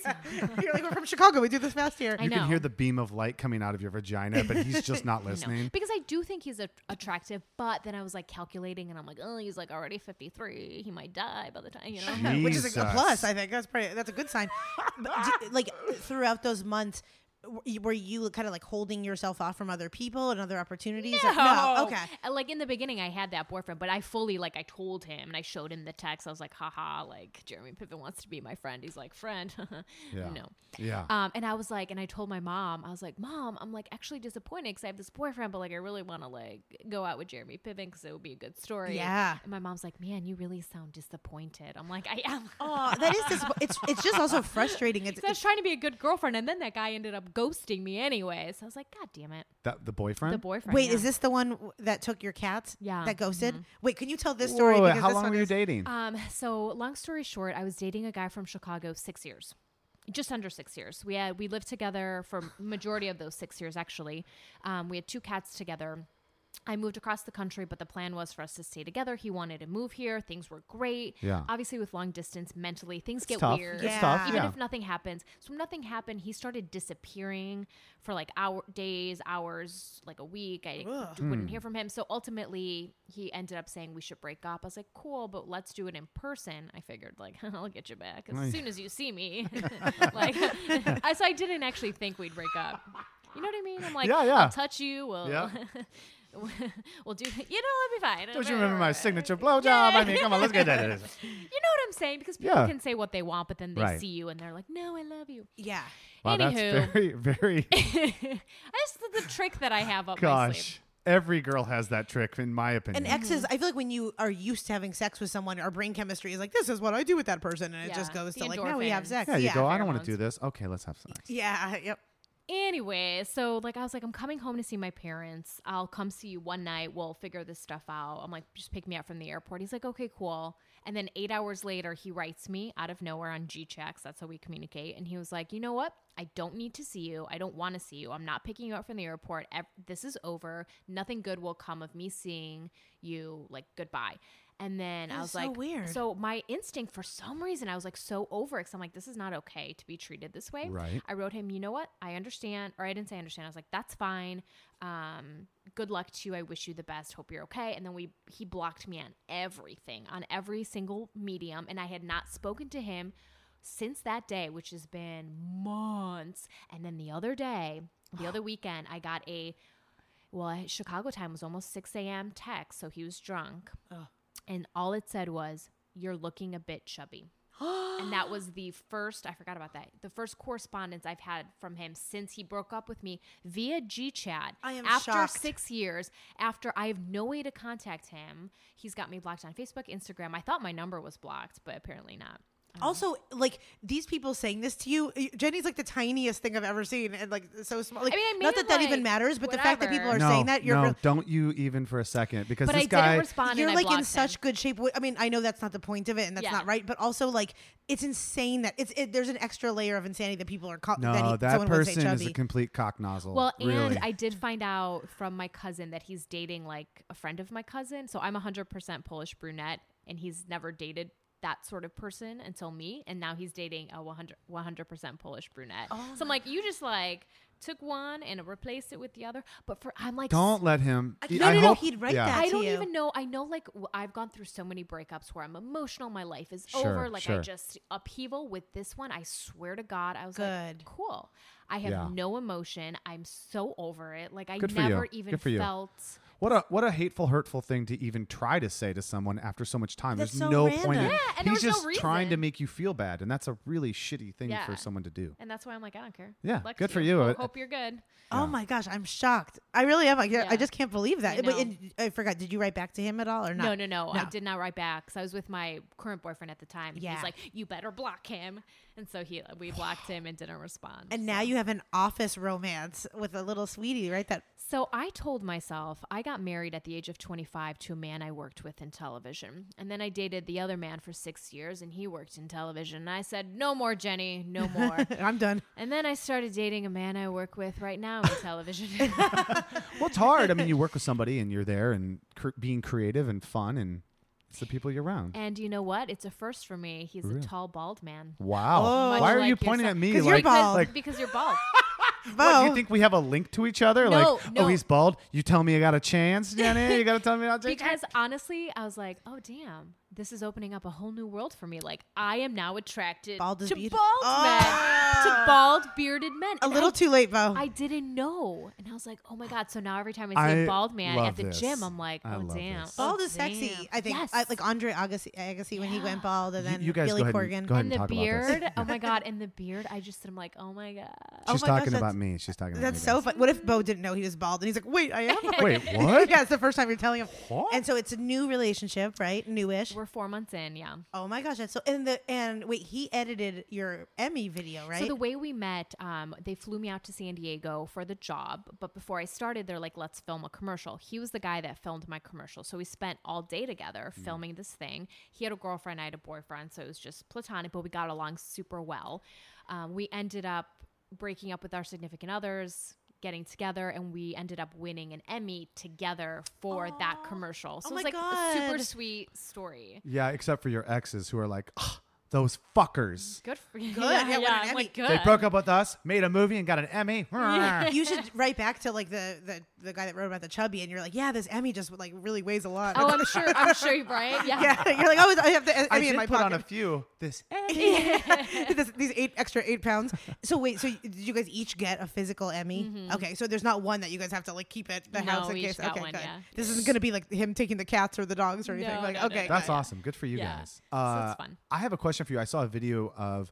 you're like, we're from Chicago. We do this fast here.
I
You
know.
can hear the beam of light coming out of your vagina, but he's just not
No.
listening.
Because I do think he's a- attractive, but then I was like calculating, and I'm like, oh, he's like already 53. He might die by the time, you know.
which is like a
Jesus.
plus. I think that's pretty. That's a good sign. but d- like throughout those months, w- you- were you kind of like holding yourself off from other people and other opportunities? Or- no. Okay.
Uh, Like in the beginning, I had that boyfriend, but I fully like I told him and I showed him the text. I was like, haha, like Jeremy Piven wants to be my friend. He's like, friend.
Yeah.
No.
Yeah.
Um, and I was like, and I told my mom, I was like, mom, I'm like actually disappointed because I have this boyfriend, but like I really want to like go out with Jeremy Piven because it would be a good story.
Yeah.
And my mom's like, man, you really sound disappointed. I'm like, I am.
Oh, that is dis- it's it's just also frustrating. It's,
So I was trying to be a good girlfriend, and then that guy ended up ghosting me anyway. So I was like, God damn it,
that the boyfriend.
the boyfriend.
wait,
yeah.
is this the one w- that took your cats?
Yeah.
That ghosted. Wait, can you tell this
Mm-hmm. Whoa,
story?
wait,
Because
how
this
long
one
were you
is-
dating?
Um, so long story short, I was dating a guy from Chicago six years. Just under six years. We had we lived together for majority of those six years actually. Um, we had two cats together. I moved across the country, but the plan was for us to stay together. He wanted to move here. Things were great.
Yeah.
Obviously, with long distance, mentally, things get
tough.
weird.
It's tough.
Even
Yeah.
if nothing happens. So when nothing happened, he started disappearing for like hour days, hours, like a week. I d-
Hmm.
wouldn't hear from him. So ultimately, he ended up saying we should break up. I was like, cool, but let's do it in person. I figured like I'll get you back as soon as you see me. like, I, so I didn't actually think we'd break up. You know what I mean? I'm like,
Yeah, yeah.
I'll touch you. We'll,
Yeah.
we'll do. You know, it'll be fine.
Don't you remember my signature blowjob? I mean, come on, let's get that.
You know what I'm saying? Because people
Yeah.
can say what they want, but then they
Right.
see you and they're like, "No, I love you."
Yeah.
Wow, that's
Anywho,
very, very.
I just the, the trick that I have up my sleeve.
Gosh, every girl has that trick, in my opinion.
And exes, I feel like when you are used to having sex with someone, our brain chemistry is like, this is what I do with that person, and it
Yeah,
just goes
the
to like, now we have
endorphins.
sex.
yeah, you go. I don't want
pheromones.
to do this. Okay, let's have sex.
Yeah. Yep.
Anyway, so like I was like, I'm coming home to see my parents. I'll come see you one night. We'll figure this stuff out. I'm like, just pick me up from the airport. He's like, okay, cool. And then eight hours later, he writes me out of nowhere on G checks. That's how we communicate. And he was like, you know what? I don't need to see you. I don't want to see you. I'm not picking you up from the airport. Ev- This is over. Nothing good will come of me seeing you. Like, goodbye. And then I
That
was
is so
like,
weird.
So my instinct, for some reason, I was like so over it. i I'm like, this is not okay to be treated this way.
Right.
I wrote him, you know what? I understand. Or I didn't say I understand. I was like, that's fine. Um, good luck to you. I wish you the best. Hope you're okay. And then we he blocked me on everything, on every single medium, and I had not spoken to him since that day, which has been months. And then the other day, the other weekend, I got a well, I- Chicago time was almost 6 a.m. text, so he was drunk. And all it said was, You're looking a bit chubby. and that was the first, I forgot about that, the first correspondence I've had from him since he broke up with me via G Chat.
I am
After
shocked.
six years, after I have no way to contact him, he's got me blocked on Facebook, Instagram. I thought my number was blocked, but apparently not.
Also, like these people saying this to you, Jenny's like the tiniest thing I've ever seen, and like so small. Like,
I mean, I made
not that
it,
that even
like,
matters, but the fact that people are
whatever.
no,
saying that, you're
no,
real-
don't you even for a second because
But I
this
didn't
guy.
respond.
you're
and I
like in
blocked him.
such good shape. Wh- I mean, I know that's not the point of it, and that's
Yeah.
not right. But also, like, it's insane that it's it, there's an extra layer of insanity that people are caught.
no,
that, he,
that,
someone would say
person is a
chubby.
complete cock nozzle.
Well, and
really.
I did find out from my cousin that he's dating like a friend of my cousin. So I'm 100% Polish brunette, and he's never dated that sort of person until me. And now he's dating a 100, 100% Polish brunette. so I'm like, you just like took one and replaced it with the other. But for, I'm like,
Don't let him.
I-
y-
no,
I
no, no,
hope-
he'd write
yeah.
that.
I
to
don't
you.
even know. I know, like, w- I've gone through so many breakups where I'm emotional. My life is
Sure,
over. Like, I
sure.
just upheaval with this one. I swear to God, I was
Good.
like, cool. I have
Yeah.
no emotion. I'm so over it. Like, I
Good for you.
never even
Good for you.
felt.
What a what a hateful, hurtful thing to even try to say to someone after so much time.
That's
There's
so
no
random.
point. In,
Yeah,
and there
he's
was no
just trying to
reason.
make you feel bad, and that's a really shitty thing
Yeah.
for someone to do.
And that's why I'm like, I don't care.
Yeah,
Luck
good
to
for you. Uh,
Ho-
It-
hope you're good.
Oh my gosh, I'm shocked. I really am. I, I
Yeah.
just can't believe that.
I
But
know.
and I forgot. Did you write back to him at all or
No,
not?
no, no, I
No.
did not write back. So I was with my current boyfriend at the time. and He
Yeah.
was like, you better block him. And so he, we blocked him and didn't respond.
And now you have an office romance with a little sweetie, right? That
So I told myself I got married at the age of 25 to a man I worked with in television. And then I dated the other man for six years and he worked in television. And I said, no more, Jenny, no more.
I'm done.
and then I started dating a man I work with right now in television.
Well, it's hard. I mean, you work with somebody, and you're there, and cr- being creative and fun, and it's the people you're around.
and you know what? It's a first for me. He's a tall, bald man.
Wow.
Much
Why are
like
you pointing
yourself.
at me?
'Cause you're
like,
bald.
like,
because you're bald.
what, do
Bo,
you think we have a link to each other?
No,
like,
no.
oh, he's bald. You tell me I got a chance, Jenny. You got to tell me I got a chance.
because honestly, I was like, oh damn, this is opening up a whole new world for me. Like I am now attracted
Bald is
to
beauti-
bald
Ah.
men, to bald bearded men.
a
And
little
I,
too late, Bo.
I didn't know, and I was like, oh my god. So now every time I see a
I
bald man
love
at the
this.
gym, I'm like,
I
oh
love
damn,
this.
bald
oh,
is sexy.
damn.
I think
Yes.
I, like Andre Agassi, Agassi when he went bald, and
You-
then
you guys
Billy
go ahead
Corgan.
and- go ahead.
and the
talk about this.
beard, oh my god, and the beard. I just, I'm like, oh my god.
Oh
She's
my gosh,
talking
that's-
about me. She's talking about
That's
me.
so fun. What if Bo didn't know he was bald, and he's like, "Wait, I am." bald."
guys. Wait, what?
yeah, it's the first time you're telling him.
What?
And so it's a new relationship, right? Newish.
We're four months in, yeah.
oh my gosh, that's so. And the and wait, he edited your Emmy video, right?
So the way we met, um, they flew me out to San Diego for the job. But before I started, they're like, "Let's film a commercial." He was the guy that filmed my commercial, so we spent all day together
Mm-hmm.
filming this thing. He had a girlfriend, I had a boyfriend, so it was just platonic, but we got along super well. Um, we ended up breaking up with our significant others. Getting together, and we ended up winning an Emmy together for that commercial. So
Oh
it was
my
like a super
God.
sweet story.
Yeah, except for your exes who are like, "Ah, those fuckers.
Good for you.
yeah, what an
I'm
Emmy.
like,
They
They
good.
broke up with us, made a movie, and got an Emmy.
you should write back to like the, the the guy that wrote about the chubby, and you're like, "Yeah, this Emmy just like really weighs a lot."
Oh, I'm sure. I'm sure, right? Yeah.
yeah, you're like, "Oh, I have the Emmy
I
in
did
my
put
pocket."
on a few. This
This- these eight extra eight pounds. So wait, so did you guys each get a physical Emmy? Okay, so there's not one that you guys have to like keep at the
Mm-hmm. No,
house in
we
case.
each got
okay,
one,
good.
yeah.
This isn't gonna be like him taking the cats or the dogs or anything.
No,
like,
no, no,
okay,
no.
That's
good.
awesome. Good for you
Yeah.
guys. Uh,
So it's fun.
I have a question for you. I saw a video of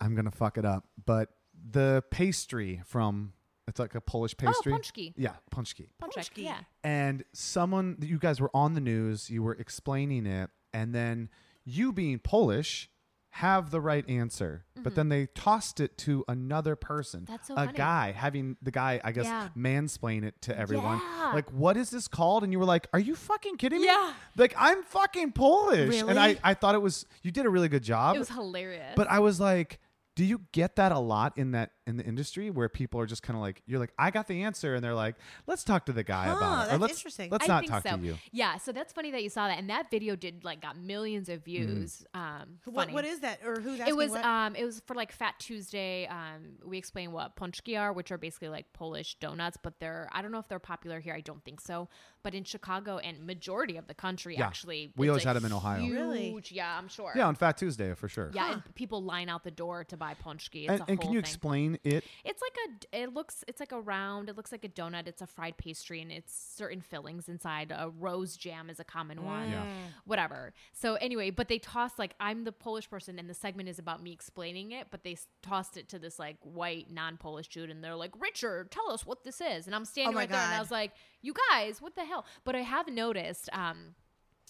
I'm gonna fuck it up, but the pastry from it's like a Polish pastry.
punchki.
Yeah, punchki.
Punchki,
Punchki.
Yeah.
And someone you guys were on the news, you were explaining it, and then you being Polish
have the right answer, but then they tossed it to another person,
Mm-hmm. That's so
a
funny.
guy, having the guy, I guess,
Yeah.
mansplain it to everyone.
Yeah.
Like, what is this called? And you were like, are you fucking kidding me?
Yeah.
Like, I'm fucking Polish. And I,
Really?
I thought it was, you did a really good job.
It was hilarious.
But I was like, do you get that a lot in that in the industry where people are just kind of like, you're like, I got the answer, and they're like, let's talk to the guy
Huh,
about it.
that's
let's,
interesting.
Let's
I
not
think
talk
so.
to you.
Yeah, so that's funny that you saw that, and that video did like got millions of
Mm-hmm.
views. Um,
What,
funny.
what is that? Or who's asking
it was
what?
um it was for like Fat Tuesday. Um, we explain what ponchki are, which are basically like Polish donuts, but they're I don't know if they're popular here. I don't think so, but in Chicago and majority of the country
Yeah.
actually,
We
it's
always
a
had 'em in Ohio.
Really?
huge- Yeah, I'm sure.
Yeah, on Fat Tuesday for sure.
Yeah, and people line out the door to buy ponchki. It's
And,
a
and can
whole
you
thing.
explain it?
It's like a. d- It looks. It's like a round. It looks like a donut. It's a fried pastry, and it's certain fillings inside. A rose jam is a common one.
Yeah.
Mm.
Whatever. So anyway, but they tossed like I'm the Polish person, and the segment is about me explaining it. But they s- tossed it to this like white non-Polish dude, and they're like, Richard, tell us what this is. And I'm
Oh
standing
my
right there, and I
God.
was like, You guys, what the hell? But I have noticed. um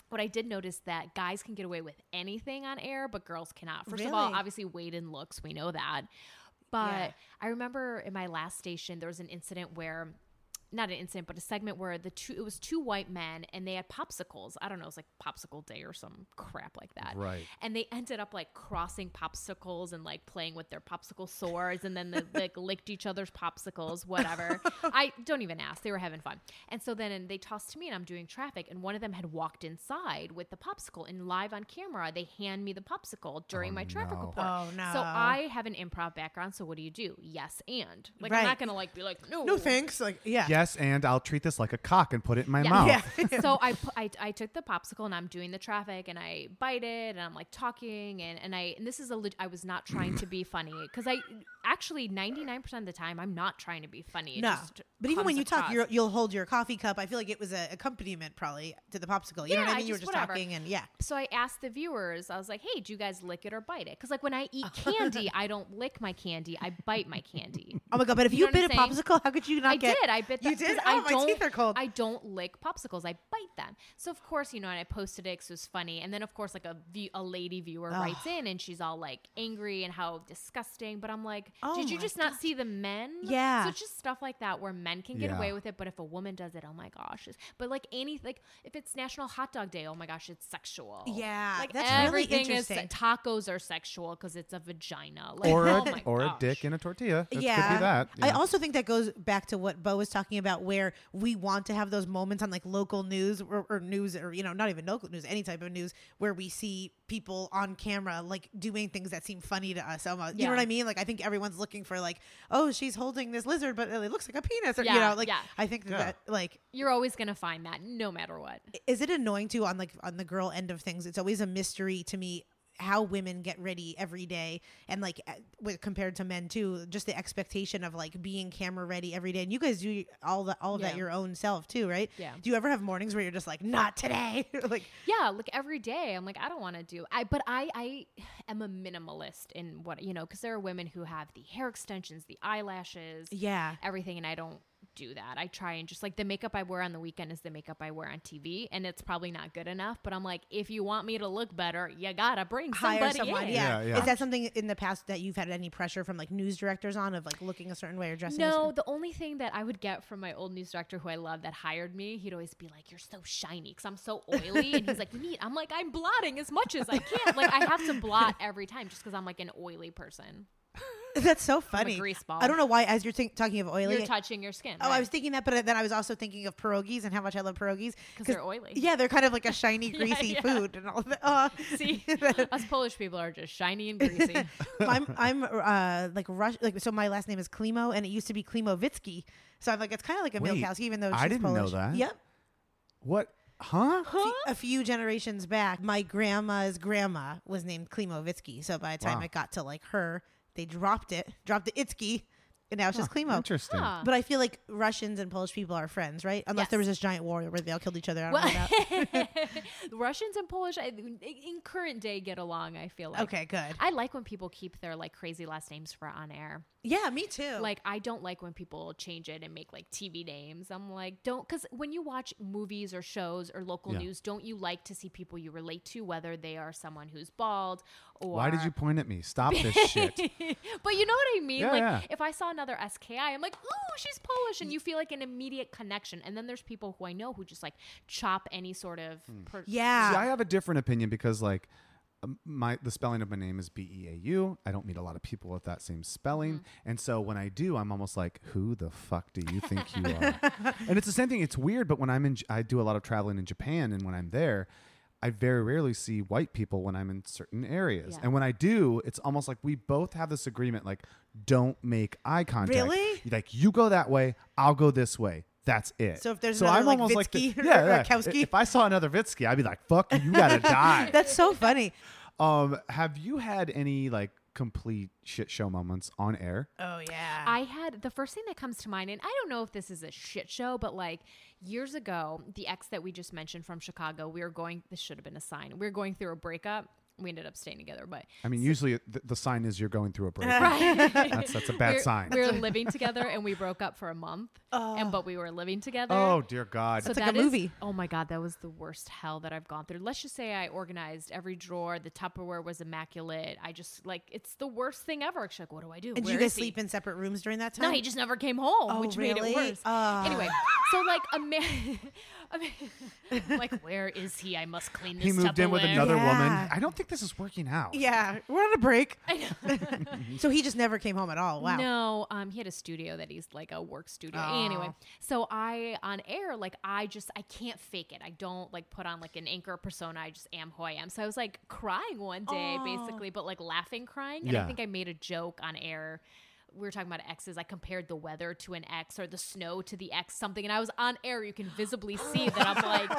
what I did notice that guys can get away with anything on air, but girls cannot. First of all,
Really?
obviously weight and looks, we know that. But
Yeah.
I remember in my last station there was an incident where not an incident, but a segment where the two it was two white men and they had popsicles. I don't know, it was like popsicle day or some crap like that.
Right.
And they ended up like crossing popsicles and like playing with their popsicle swords and then they like licked each other's popsicles, whatever. I don't even ask. They were having fun. And so then they tossed to me and I'm doing traffic and one of them had walked inside with the popsicle and live on camera they hand me the popsicle during my traffic
no.
report.
Oh, no.
So I have an improv background, so what do you do? Yes and. Like I'm
Right.
not gonna like be like no
no thanks. Like yeah.
Yes, and I'll treat this like a cock and put it in my
Yeah.
mouth.
Yeah.
so I, pu- I I took the popsicle and I'm doing the traffic and I bite it and I'm like talking and and I and this is a leg- I was not trying to be funny because I actually 99% of the time I'm not trying to be funny. It
No,
just
but even when
comes
you talk,
across.
you're, you'll hold your coffee cup. I feel like it was an accompaniment, probably, to the popsicle. You know what
Yeah,
I mean? you were
just
just
whatever.
talking, and yeah,
So I asked the viewers, I was like, hey, do you guys lick it or bite it? Because, like, when I eat candy, I don't lick my candy, I bite my candy.
Oh my god! But if
You
you,
know
bit a
what I'm saying?
popsicle, how could you not
I
get?
did. I bit. The,
You did.
'cause
Oh,
I
my
don't,
teeth are cold.
I don't lick popsicles. I bite them. So of course, you know, and I posted it 'cause it was funny. And then of course, like a view, a lady viewer writes in, and she's all like angry and how disgusting. But I'm like,
Oh
did you
my
just not see the men?
Yeah.
So it's just stuff like that where men can get
Yeah.
away with it, but if a woman does it, oh my gosh. It's, but like any like if it's National Hot Dog Day, oh my gosh, it's sexual.
Yeah,
Like
that's really
everything is
interesting.
tacos are sexual because it's a vagina. Like,
Or a,
oh my
or a
gosh.
dick in a tortilla. It
yeah,
Could be that.
I
yeah.
also think that goes back to what Bo was talking about, where we want to have those moments on like local news or, or news, or you know, not even local news, any type of news, where we see people on camera like doing things that seem funny to us. Almost, you
Yeah.
know what I mean? Like I think everyone's looking for like, oh, she's holding this lizard, but it looks like a penis, or you
Yeah,
know, like
yeah.
I think that, that like
You're always gonna find that no matter what.
is it annoying too on like on the girl end of things it's always a mystery to me how women get ready every day and like uh, with compared to men too just the expectation of like being camera ready every day and you guys do all the all of
Yeah.
that your own self too right
Yeah.
do you ever have mornings where you're just like not today like
Yeah, like every day, I'm like, I don't want to do. I but I I am a minimalist in what you know because there are women who have the hair extensions, the eyelashes,
yeah
everything, and I don't do that. I try and just like the makeup I wear on the weekend is the makeup I wear on TV, and it's probably not good enough. But I'm like, if you want me to look better, you gotta bring somebody
hire someone
in.
yeah.
Yeah, yeah.
is that something in the past that you've had any pressure from like news directors on of like looking a certain way or dressing a
No,
certain-
the only thing that I would get from my old news director who I love that hired me, he'd always be like, "You're so shiny because I'm so oily," and he's like, "Neat." I'm like, "I'm blotting as much as I can. Like I have to blot every time just because I'm like an oily person.
that's so funny
grease ball.
i don't know why as you're think talking of oily
You're touching your skin.
Oh,
right?
I was thinking that, but then I was also thinking of pierogies and how much I love pierogies
'Cause they're oily.
Yeah, they're kind of like a shiny, greasy
yeah.
food and all of that. Uh,
see us Polish people are just shiny and greasy.
I'm I'm uh, like Rush like so my last name is Klimo and it used to be Klimovitsky. So I'm like it's kind of like a
Wait,
Milkowski, even though she's
I didn't know
Polish.
that.
Yep.
What? Huh?
A few generations back, my grandma's grandma was named Klimovitsky. So by the time
Wow.
I got to like her, they dropped it, dropped the Itsky, and now it's just Klimo.
Interesting.
Huh.
But I feel like Russians and Polish people are friends, right? Unless there was
Yes.
this giant war where they all killed each other. I don't know
Well,
about.
the Russians and Polish I, in current day get along. I feel like
Okay, good.
I like when people keep their like crazy last names for on air.
Yeah, me too.
Like I don't like when people change it and make like TV names. I'm like, don't because when you watch movies or shows or local
Yeah.
news, don't you like to see people you relate to, whether they are someone who's bald or
Why did you point at me? Stop this shit.
but you know what I mean?
Yeah,
like
yeah.
if I saw another SKI, I'm like, ooh, she's Polish, and you feel like an immediate connection. And then there's people who I know who just like chop any sort of
Hmm.
per-
See,
yeah.
I have a different opinion because like um, my the spelling of my name is B E A U. I don't meet a lot of people with that same spelling,
Mm-hmm.
and so when I do, I'm almost like, "Who the fuck do you think you are?" and it's the same thing. It's weird, but when I'm in, J- I do a lot of traveling in Japan, and when I'm there. I very rarely see white people when I'm in certain areas.
Yeah.
And when I do, it's almost like we both have this agreement like, don't make eye contact.
Really?
Like, you go that way, I'll go this way. That's it.
So if there's another, like, Vitsky or- or Kowski.
If I saw another Vitsky, I'd be like, "Fuck, you gotta die."
That's so funny.
Um, have you had any like complete shit show moments on air?
Oh yeah.
I had the first thing that comes to mind, and I don't know if this is a shit show, but like years ago, the ex that we just mentioned from Chicago, we were going, this should have been a sign. We were going through a breakup. We ended up staying together, but
I mean, usually th- the sign is you're going through a break. That's that's a bad
we're,
sign.
we were living together and we broke up for a month.
Oh.
And but we were living together.
oh dear God.
It's like a
that is-
movie.
oh my god, that was the worst hell that I've gone through. Let's just say I organized every drawer. The Tupperware was immaculate. I just like it's the worst thing ever. She's like, what do I do?
and did
Where
you guys
is he?
sleep in separate rooms during that time?
No, he just never came home,
Oh,
which made
really?
it worse.
Ah.
Anyway, so like a man, a man- I'm like, where is he? I must clean this.
he moved in with
Tupperware."
another
Yeah.
woman. I don't think this is working out.
Yeah, we're on a break. so he just never came home at all. Wow.
No, um, he had a studio that he's like a work studio. Anyway,
Oh.
so I on air, like I just I can't fake it. I don't like put on like an anchor persona. I just am who I am. So I was like crying one day, basically, but like laughing, crying. And
Yeah.
I think I made a joke on air. We were talking about exes. I compared the weather to an ex or the snow to the ex something, and I was on air. You can visibly see that I'm like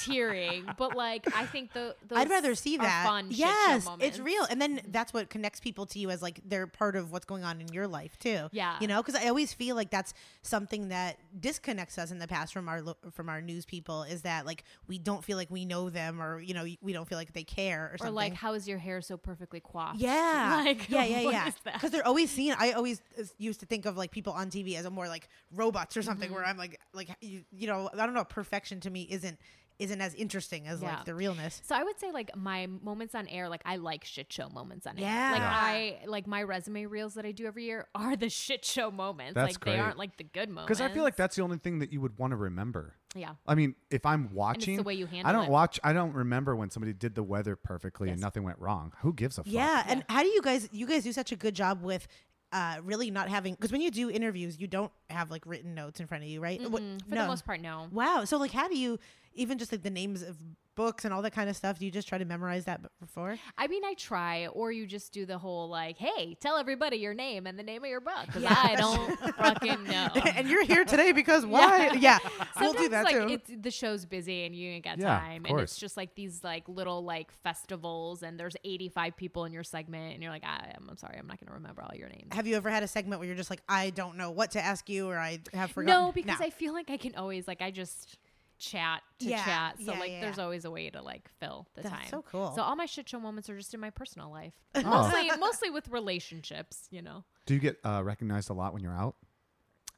tearing. But like I think the those
I'd rather see
are
that.
Fun shit show
yes, it's
moments.
real, and then that's what connects people to you as like they're part of what's going on in your life too.
Yeah.
you know, because I always feel like that's something that disconnects us in the past from our lo- from our news people is that like we don't feel like we know them or you know we don't feel like they care or
Or
something.
like, how is your hair so perfectly coiffed?
Yeah.
like
yeah, yeah,
what
yeah.
is that?
Because they're always seen. I always is- used to think of like people on TV as a more like robots or something,
Mm-hmm.
where I'm like, like you, you know, I don't know. Perfection to me isn't isn't as interesting as
Yeah.
like the realness.
So I would say like my moments on air, like I like shit show moments on air. Like
Yeah.
I like my resume reels that I do every year are the shit show moments.
That's
like
great.
they aren't like the good moments.
Because I feel like that's the only thing that you would want to remember.
Yeah.
I mean, if I'm watching,
way you
I
handle
don't
it.
watch. I don't remember when somebody did the weather perfectly and nothing went wrong. Who gives a fuck?
Yeah, and how do you guys? You guys do such a good job with. Uh, really not having because when you do interviews you don't have like written notes in front of you right Uh, What-
Mm, for the most part, no.
wow so like how do you even just like the names of books and all that kind of stuff do you just try to memorize that b- before
I mean, I try, or you just do the whole like, "Hey, tell everybody your name and the name of your book." 'cause I don't fucking know.
and you're here today because why yeah, we'll do
Sometimes,
that
like,
too
It's, the show's busy and you ain't got
Yeah, of
time, and
course.
it's just like these like little like festivals, and there's 85 people in your segment, and you're like, I, I'm, I'm sorry, I'm not gonna remember all your names.
Have you ever had a segment where you're just like, I don't know what to ask you, or I have forgotten?
No, because I feel like I can always like I just chat to
Yeah,
chat. So
yeah,
like
yeah,
there's
yeah.
always a way to like fill the
That's
time.
so cool.
So all my shit show moments are just in my personal life.
Oh.
Mostly mostly with relationships, you know.
Do you get uh, recognized a lot when you're out?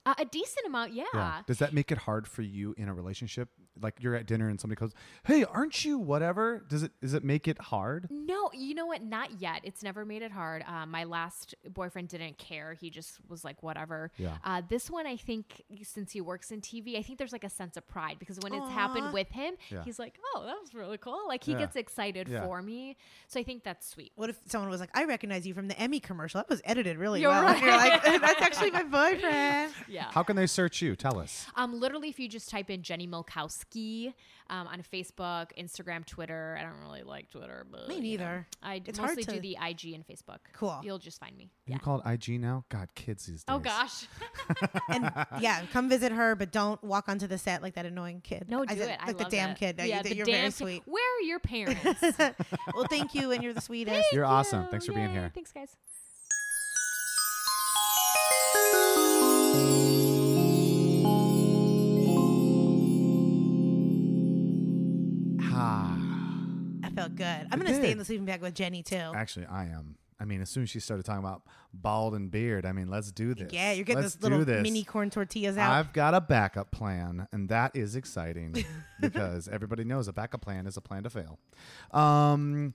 Uh, a decent amount, yeah.
Does that make it hard for you in a relationship? Like you're at dinner and somebody goes, "Hey, aren't you whatever?" Does it does it make it hard?
No, you know what? Not yet. It's never made it hard. Uh, my last boyfriend didn't care. He just was like, whatever.
Yeah.
Uh, this one, I think, since he works in TV, I think there's like a sense of pride because when it's happened with him,
Yeah.
he's like, oh, that was really cool. Like he
Yeah.
gets excited
Yeah.
for me. So I think that's sweet.
What if someone was like, I recognize you from the Emmy commercial? That was edited really
You're
well.
right.
And you're like, that's actually my boyfriend.
Yeah.
How can they search you? Tell us.
Um, literally, if you just type in Jenny Milkowski um, on Facebook, Instagram, Twitter. I don't really like Twitter, but
Me
you know,
neither.
I d-
It's hard
mostly
to-
do the IG and Facebook.
Cool.
You'll just find me.
Are You call it IG now? God, kids these days.
Oh gosh.
And yeah, come visit her, but don't walk onto the set like that annoying kid.
No,
I
do
said,
it. I
Like the
love
damn
that.
kid. No,
yeah,
you,
the
you're
damn
very
kid.
sweet.
Where are your parents?
well, thank you, and you're the sweetest.
You're awesome.
Oh,
Thanks for being
yay.
here.
Thanks, guys.
Ah,
so good. I'm gonna stay
did.
in the sleeping bag with Jenny too.
Actually, I am. I mean, as soon as she started talking about bald and beard, I mean, let's do this.
yeah, you're getting
Let's
this little
do this.
mini corn tortillas out.
I've got a backup plan, and that is exciting because everybody knows a backup plan is a plan to fail. Um,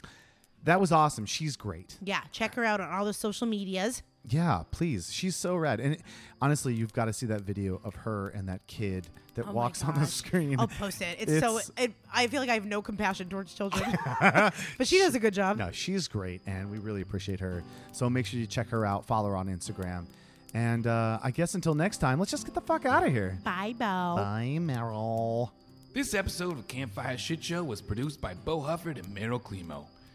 that was awesome. She's great.
yeah, check her out on all the social medias.
Yeah, please. She's so rad. And it- honestly, you've got to see that video of her and that kid that
Oh my
walks on the
gosh.
screen.
I'll post it. It's, so.
It's-
It, I feel like I have no compassion towards children, but she does a good job.
No, she's great, and we really appreciate her. So make sure you check her out, follow her on Instagram. And uh, I guess until next time, let's just get the fuck out of here.
Bye, Bo.
Bye, Meryl.
This episode of Campfire Shit Show was produced by Bo Hufford and Meryl Climo.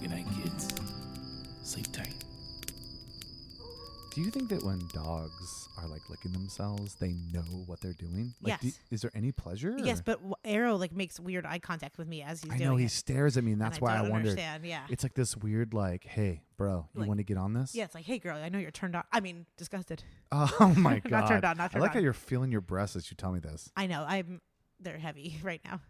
Good night, kids. Sleep tight.
Do you think that when dogs are like licking themselves, they know what they're doing? Like, do-
Yes.
is there any pleasure?
Yes,
or-
but w- Arrow like makes weird eye contact with me as he's
I
doing
know he
it.
stares at me, and that's
I
why I
don't
wondered.
understand, yeah.
It's like this weird, like, hey, bro, you
Like-
want to get on this?
Yeah, it's like, hey, girl, I know you're turned on. I mean, disgusted.
Oh my god.
Not turned on, not
I
turned
like how
on.
you're feeling your breasts as you tell me this.
I know. I'm. They're heavy right now.